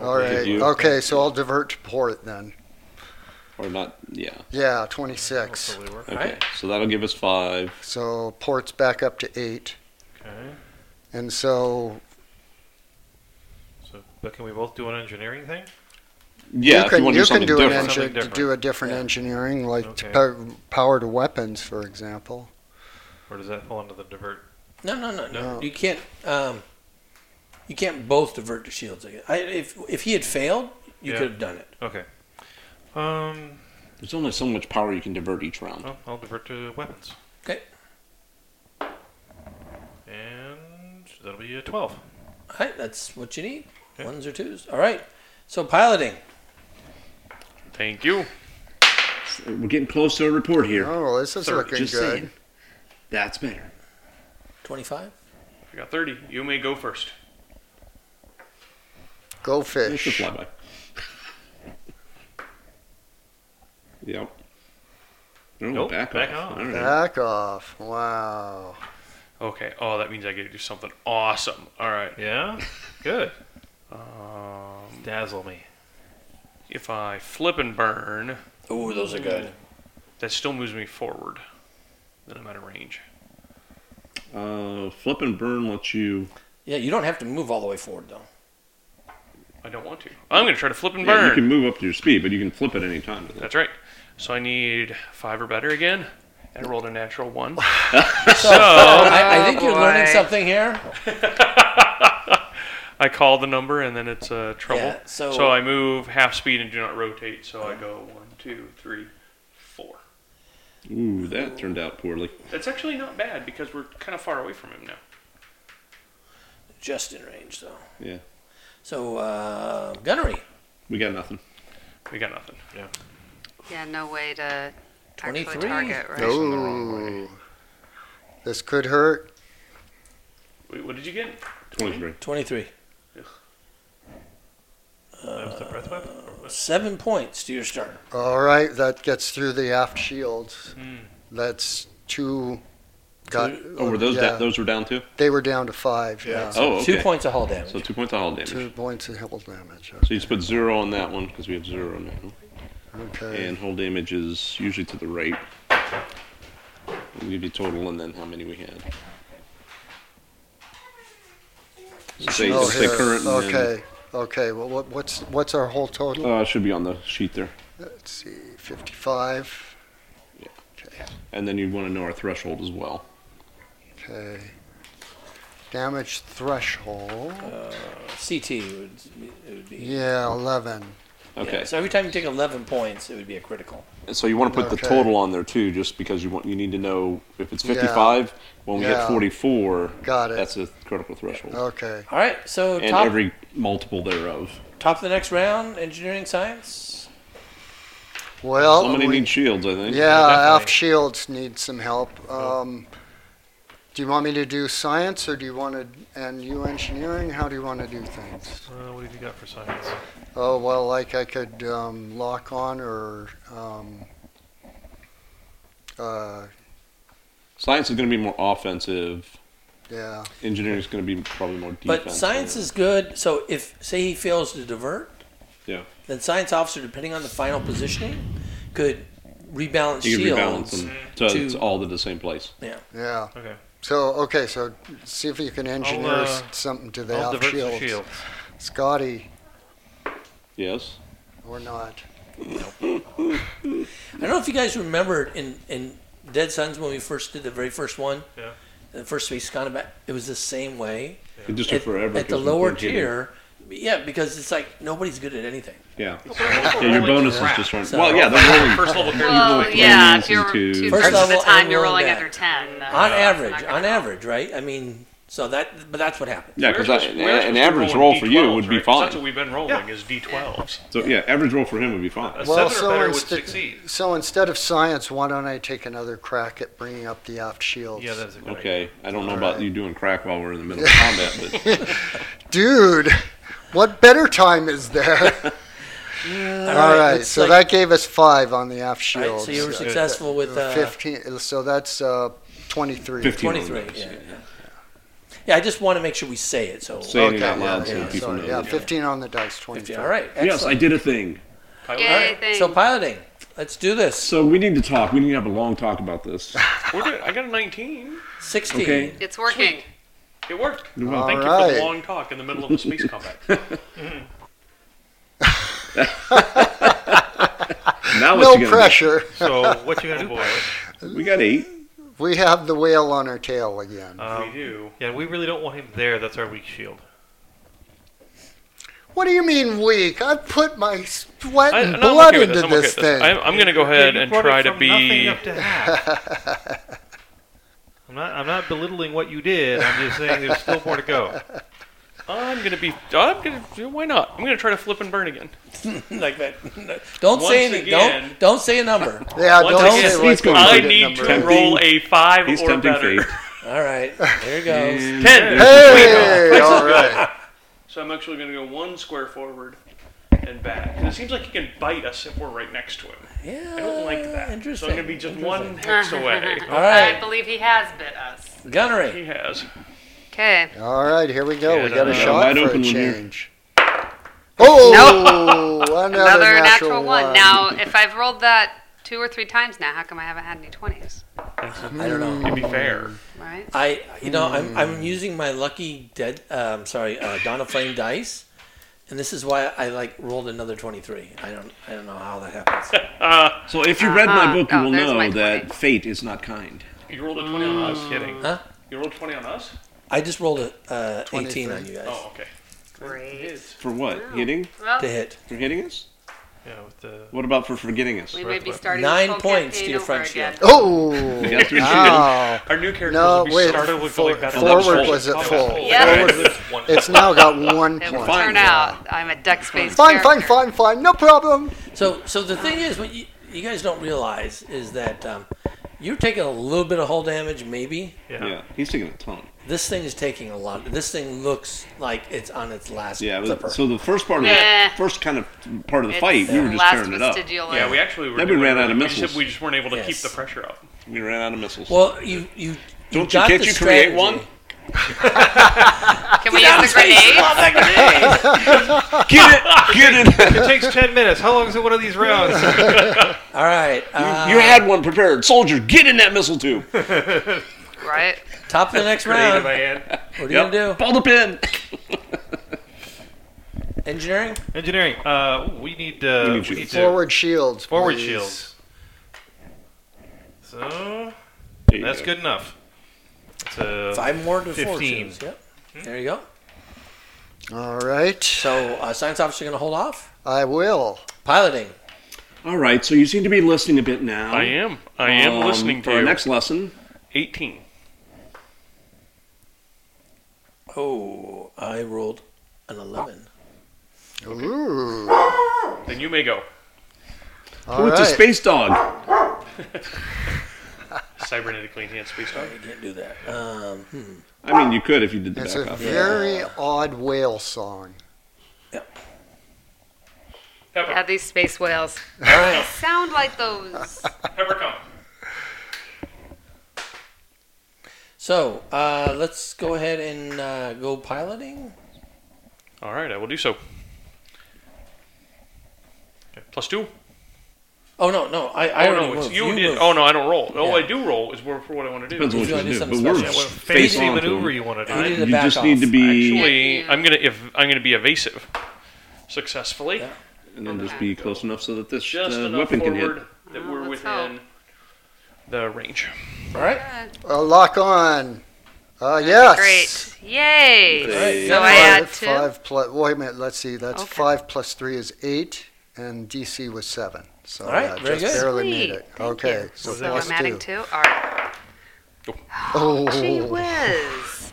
All right. you- Okay, so I'll divert to port then. Or not, yeah. Yeah, Oh, 26. Totally work. Okay, Alright. so that'll give us five. So port's back up to 8. Okay. And so So, but can we both do an engineering thing? Yeah, you if you want to do can, you can something do an different. Something engine, to do a different Yeah. engineering, like to Okay. pow- power to weapons, for example. Or does that fall under the divert? No, no, no, no. No. You can't. Um, you can't both divert to shields. I guess. I, if if he had failed, you Yeah. could have done it. Okay. Um, There's only so much power you can divert each round. well, Oh, I'll divert to weapons. Okay. And that'll be a 12. All right, that's what you need. Yeah. Ones or twos. All right. So piloting. Thank you. We're getting close to a report here. Oh, well, this is Sir, looking good. Just saying. That's better. 25? I got 30. You may go first. Go It's a fish. flyby. yep. Oh, Nope, back, back off. off. All right. Back off. Wow. Okay. Oh, that means I get to do something awesome. All right. Yeah? Good. Um, Dazzle me. if I flip and burn, Oh, those are good. that still moves me forward. Then I'm out of range. Uh, flip and burn lets you. Yeah, you don't have to move all the way forward, though. I don't want to. I'm going to try to flip and Yeah, burn. you can move up to your speed, but you can flip at any time. That's right. So I need five or better again. And I rolled a natural one. So I, I think you're learning boy. something here. I call the number and then it's uh, trouble. Yeah, so- I move half speed and do not rotate. So I go one, two, three, four. Ooh, that turned out poorly. That's actually not bad because we're kind of far away from him now. Just in range, though. Yeah. So uh, gunnery. We got nothing. We got nothing. Yeah, no way to actually 23. target, right? Facing the wrong Ooh. This could hurt. Wait, what did you get? 23. 23. that was the breath weapon? Uh, Seven points to your starter. All right, that gets through the aft shields. Hmm. That's two. Got, Oh, were those yeah, da- those were down too? They were down to five. Yeah. Right, So so Oh, Two okay. points of hull damage. So two points of hull damage. Two points of hull damage. So you just put zero on that one because we have zero now. Okay. And hull damage is usually to the right. We'll give you total and then how many we had. So say, oh, say here. current. and then- okay. Okay. Well, what, what's what's our whole total? Uh, it should be on the sheet there. Let's see, 55. And then you want to know our threshold as well. Okay. Damage threshold. CT would, be- it would be. Yeah, 11. Okay. Yeah, so every time you take 11 points, it would be a critical. And so you want to put the Okay. total on there too, just because you want you need to know if it's Yeah. 55. When we hit Yeah. 44, Got it. that's a critical threshold. Okay. All right, so And top, every multiple thereof. top of the next round, engineering science. Oh, Well, Somebody we- needs shields, I think. yeah, definitely. aft shields need some help. Um, do you want me to do science or do you want to, and you engineering? How do you want to do things? Uh, what have you got for science? Oh, well, like I could um, lock on or. Um, uh, Science is going to be more offensive. yeah. Engineering is going to be probably more defensive. But science is good. So if, say, he fails to divert, Yeah. then science officer, depending on the final positioning, could rebalance You can rebalance shields. them to, to- it's all to the same place. Yeah. Okay. So okay, so see if you can engineer uh, s- something to the I'll off divert to shields. shields. Scotty Yes. or not? I don't know if you guys remember in, in Dead Suns when we first did the very first one. Yeah. The first space combat, it was the same way. It just took At, forever. at the 'cause we lower weren't hitting. tier, yeah, because it's like nobody's good at anything. Yeah. Yeah, Yeah, your bonuses just aren't. So- well, yeah, they're rolling. First level character. Well, Oh, yeah, if You're you're rolling two twos and twos. First thirds of the level, time I'm you're rolling rolling back. under ten. then on it's not average, gonna on help. average, right? I mean, so that, but that's what happened. Yeah, because an average roll for you would be fine. That's what we've been rolling is d12s. So yeah, average roll for him would be fine. A Well, seven so or better would insta- succeed. So instead of science, why don't I take another crack at bringing up the aft shields? Yeah, that's a good idea. Okay, I don't know about you doing crack while we're in the middle of combat, but Dude, what better time is there? Mm. All right, looks so like- that gave us five on the aft all right, shields. so you were successful with uh, fifteen. So that's uh, twenty-three. 15 on 23. those. Yeah, yeah. yeah, I just want to make sure we say it. So, Say it Okay, out loud yeah, so yeah, people sorry, know. yeah, fifteen on the dice, twenty-three. all right, excellent. Yes, I did a thing. Yay, All right, thanks. so piloting. Let's do this. So we need to talk. We need to have a long talk about this. We're good. I got a 19. 16. Okay. it's working. It worked. Well, Thank you for Alright. the long talk in the middle of a space combat. now what no you gonna do? pressure. So what you gonna do, boys? We got eight. We have the whale on our tail again. Um, we do. yeah, we really don't want him there. That's our weak shield. What do you mean weak? I've put my sweat I, and and I'm blood okay with this. into I'm okay this with this. thing. I'm, I'm going to go Yeah, ahead you and brought it try to from nothing be. up to have. I'm not. I'm not belittling what you did. I'm just saying there's still more to go. I'm going to be. I'm going to. Why not? I'm going to try to flip and burn again. like that. Don't Once say anything. again- Don't don't say a number. yeah, Once don't again, say like he's going we I did need number to eight. Tempting- roll a five He's or tempting better. fate. All right, there it goes. And there's Ten. the Wait, Hey, no. all right. So I'm actually going to go one square forward and back. 'Cause it seems like he can bite us if we're right next to him. Yeah, I don't like that. Uh, Interesting. So I'm going to be just one Interesting. hex Uh-huh. away. All right. I believe he has bit us. Gunnery. He has. Okay. All right, here we go. Yeah, we got a no, no, shot wide for a open one here. change. Oh, another, Another natural, one. Now, if I've rolled that two or three times now, how come I haven't had any 20s? Mm. I don't know. To be fair. Right? I you know I'm Hmm. I'm using my lucky dead. Uh, I'm sorry, uh, Donna Flame dice, and this is why I like rolled another twenty three. I don't I don't know how that happens. So if you read Uh-huh. my book, you Oh, will there's my know that twenty. fate is not kind. You rolled a 20 on us. Kidding. Huh? You rolled 20 on us? I just rolled a uh, eighteen on 23. you guys Oh, okay. It Great. is. For what? Wow. Hitting? Well, to hit. For hitting us? Yeah, with the What about for forgetting us? we may be starting Nine this whole points to campaign your over friendship. again. Oh, got three wow. Our new characters No, will be wait, started with going for- back forward was at full. Yeah. Forward- It's now got one It point. will turn out I'm a deck space. Fine, fine, fine, fine. No problem. So so the thing is, what you, you guys don't realize is that um, you're taking a little bit of hull damage, maybe. Yeah. Yeah, he's taking a ton. This thing is taking a lot. This thing looks like it's on its last Yeah, it flipper. was, so the first part of Nah. the first kind of part of the fight, we were just last tearing it up. vestigial Yeah, we actually were. Then we doing ran it. out of We just- missiles. We just weren't able to keep Yes. the pressure up. We ran out of missiles. well, you you. you Don't you got can't the you create strategy. one? Can we use the grenade? Get it! Get it! It takes ten minutes. How long is it one of these rounds? All right. Uh, you had one prepared. Soldier, get in that missile tube. Right. top of the next Grenade in round. my What hand. are you Yep. gonna Pull the pin. do? Engineering. Engineering. Uh, ooh, we need. Uh, We need we need, shields. to- Forward shields. Forward please. shields. So There you that's go. good enough. It's a Five more to four 15. shields. Yep. Hmm? There you go. All right. So uh, science officer gonna hold off. I will. Piloting. All right, so you seem to be listening a bit now. I am. I am Um, listening for to our you. next lesson. 18. Oh, I rolled an eleven. Ooh. Then you may go. All Oh, it's a right. space dog. Cybernetically enhanced space dog. Oh, You can't do that. Um, hmm. I mean, you could if you did the It's back a off. very odd whale song. Yeah, these space whales All right. sound like those. Pepper come. So uh, let's go ahead and uh, go piloting. All right, I will do so. Okay, Plus two. Oh no, no, I, I oh already no, it's moved. you, You did. moved. Oh no, I don't roll. Oh, Yeah. I do roll. Is for, for what I want to do. Depends on He's what you gonna do do, but something we're special. Yeah, what face fancy on to maneuver him. you want to You do? need to You back just off. need to be Actually, Yeah. I'm gonna if I'm gonna be evasive successfully. Yeah. and then just be close enough so that this Just uh, enough weapon can hit. forward that Oh, we're let's within the range. All right. Uh, lock on. Uh, yes. Great. Yay. Right, So yeah. I add two. Five plus. Wait a minute. Let's see. That's Okay. five plus three is eight, and DC was seven. So All right, I very just good. barely Sweet. made it. Thank Okay. you. So, So plus I'm adding two. two. All right. Gee Oh, whiz.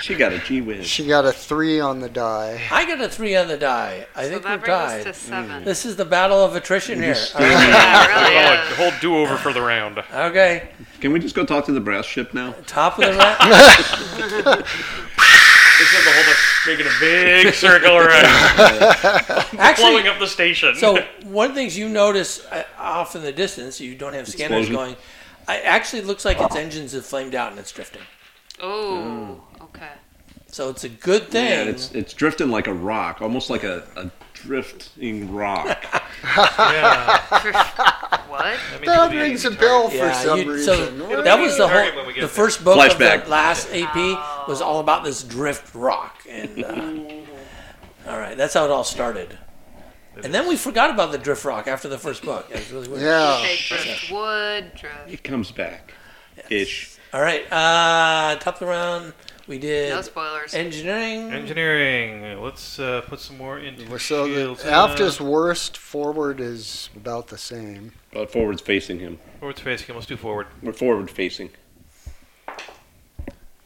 She got a G whiz. she got a three on the die. I got a three on the die. I So think that we're brings us to tied. seven. This is the battle of attrition here. just All right. Yeah, Oh, it like, whole do over for the round. Okay. Can we just go talk to the brass ship now? Top of the round. This is the whole thing, making a big circle around, blowing Actually, up the station. so one of the things you notice uh, off in the distance, you don't have scanners Explosion. going. I actually it looks like its engines have flamed out and it's drifting. really is. Ooh. Okay. So it's a good thing. Yeah, it's it's drifting like a rock, almost like a, a drifting rock. Yeah. What? I mean, That we need rings to a target- bell for Yeah, some you- reason. So that was the Target when whole. we The get there. first book of Flashback. the last Oh. AP was all about this drift rock, and uh, all right, that's how it all started. And then we forgot about the drift rock after the first book. That was really weird. Yeah. Okay, driftwood, drift. It comes back. Ish. All right. Uh, top of the round, we did No spoilers. engineering. Engineering. Let's uh, put some more into So shields. uh, the afters worst, forward is about the same. But forward's facing him. forward facing. Let's do forward. We're forward facing.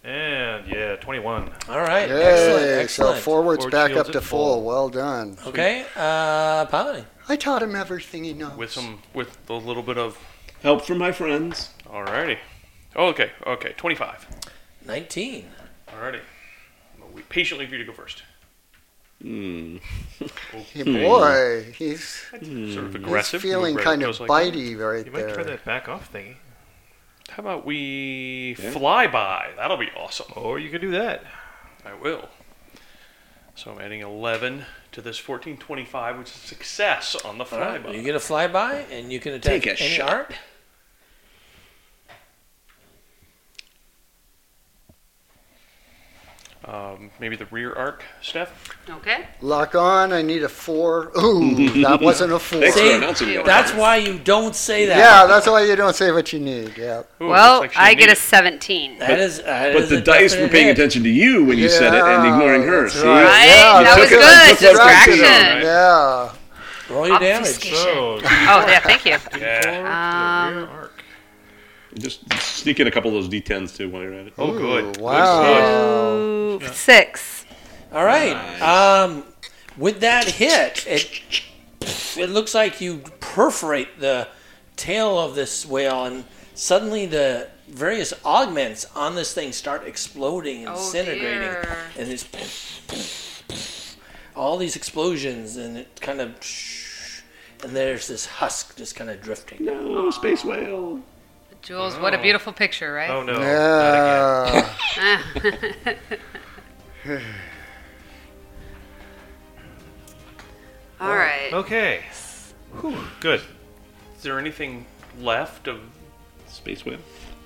And yeah, 21. All right. Yay, Excellent. so Excellent. forward's Forward back shields up to at full. full. Well done. okay. Uh, piloting. I taught him everything he knows. with some with a little bit of Help from my friends. alrighty. Oh, okay, okay, twenty-five. 19. Alrighty. Well, We patiently for you to go first. Hmm. Hey, boy, he's, Sort of he's aggressive. feeling move right kind up, of goes like- bitey right You might there. try that back off thingy. How about we Yeah. fly by? That'll be awesome. Or you could do that. I will. So I'm adding eleven to this fourteen twenty-five, which is success on the All fly right. by. You get a flyby, and you can attack Take a any shot. art. Um, maybe the rear arc, Steph. Okay. Lock on, I need a four. Ooh, that wasn't a four. Thanks See, for announcing that. That's why you don't say that. Yeah, that's why you don't say what you need. Yeah. Ooh, well, looks like she I get a needed- 17. That is. that But is the a dice were definite paying hit. attention to you when you said it and Yeah, ignoring her. that's See? right. Right? Yeah, that you was took it- good. you took it- Distraction. Yeah. Roll your damage. Obfuscate. Oh, So, yeah, thank you. Um, Yeah. forward to the rear arc. Just sneak in a couple of those D10s too while you're at it. Oh, good. Ooh, Wow. Ooh, six. All right. Um, with that hit, it it looks like you perforate the tail of this whale, and suddenly the various augments on this thing start exploding and Oh, disintegrating, dear. and it's all these explosions, and it kind of. And there's this husk just kind of drifting. No, space whale. Jules, what a beautiful picture, right? Oh no. Not again. Yeah. All right. Okay. Whew, good. Is there anything left of? Space whale.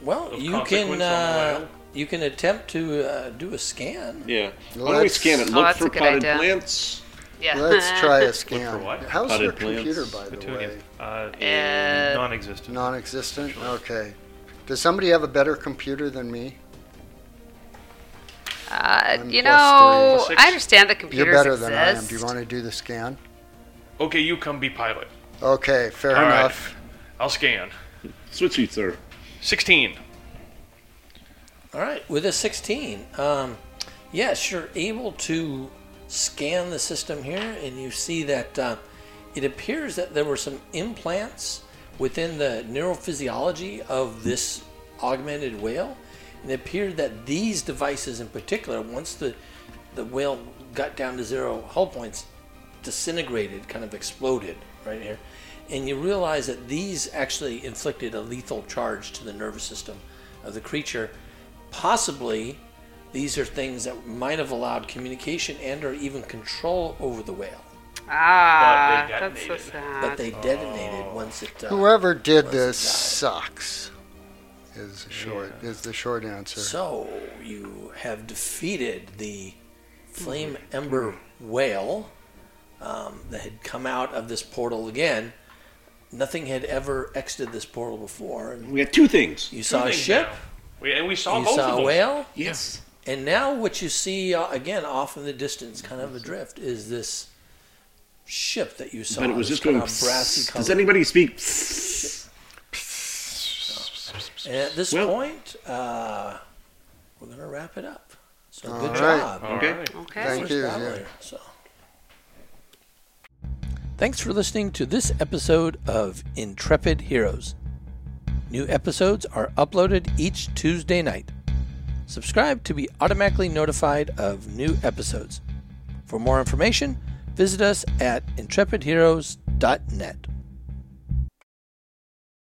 Well, Of you consequence can on the uh, whale. you can attempt to uh, do a scan. Yeah. Why don't we Let's- scan it? Oh, Look that's for a good potted idea. plants. Yeah. Let's try a scan. what? How's your Potted plants. computer, by the way? Petunia. Uh, Uh, non-existent. Non-existent. Okay. Does somebody have a better computer than me? Uh, One you plus know, three. I understand that computers You're better than I am. exist. Do you want to do the scan? Okay, you come be pilot. Okay, fair All right. enough. I'll scan. Switch seats, sir. Sixteen. All right, with a 16, um, yes, you're able to scan the system here, and you see that uh, it appears that there were some implants within the neurophysiology of this augmented whale. And it appeared that these devices, in particular, once the the whale got down to zero hull points, disintegrated, kind of exploded right here. And you realize that these actually inflicted a lethal charge to the nervous system of the creature. Possibly, these are things that might have allowed communication and/or even control over the whale, Ah, But they that's so detonated. but sad. Ah. they detonated once it. Uh, Whoever did once it this died. sucks. Is the short is the short answer. So you have defeated the flame Mm-hmm. ember whale um, that had come out of this portal again. Nothing had ever exited this portal before. And We got two things. you saw a Things ship, now. We, and we saw you both saw of a them. whale, Yes. and now what you see uh, again off in the distance, kind of adrift, is this ship that you saw. But it was this just going. kind of brassy Does color. anybody speak? And at this Well- point, uh, we're going to wrap it up. So All good right. job. Okay. Alright. Okay. Thank you, yeah. Thanks for listening to this episode of Intrepid Heroes. New episodes are uploaded each Tuesday night. Subscribe to be automatically notified of new episodes. For more information, visit us at intrepidheroes.net.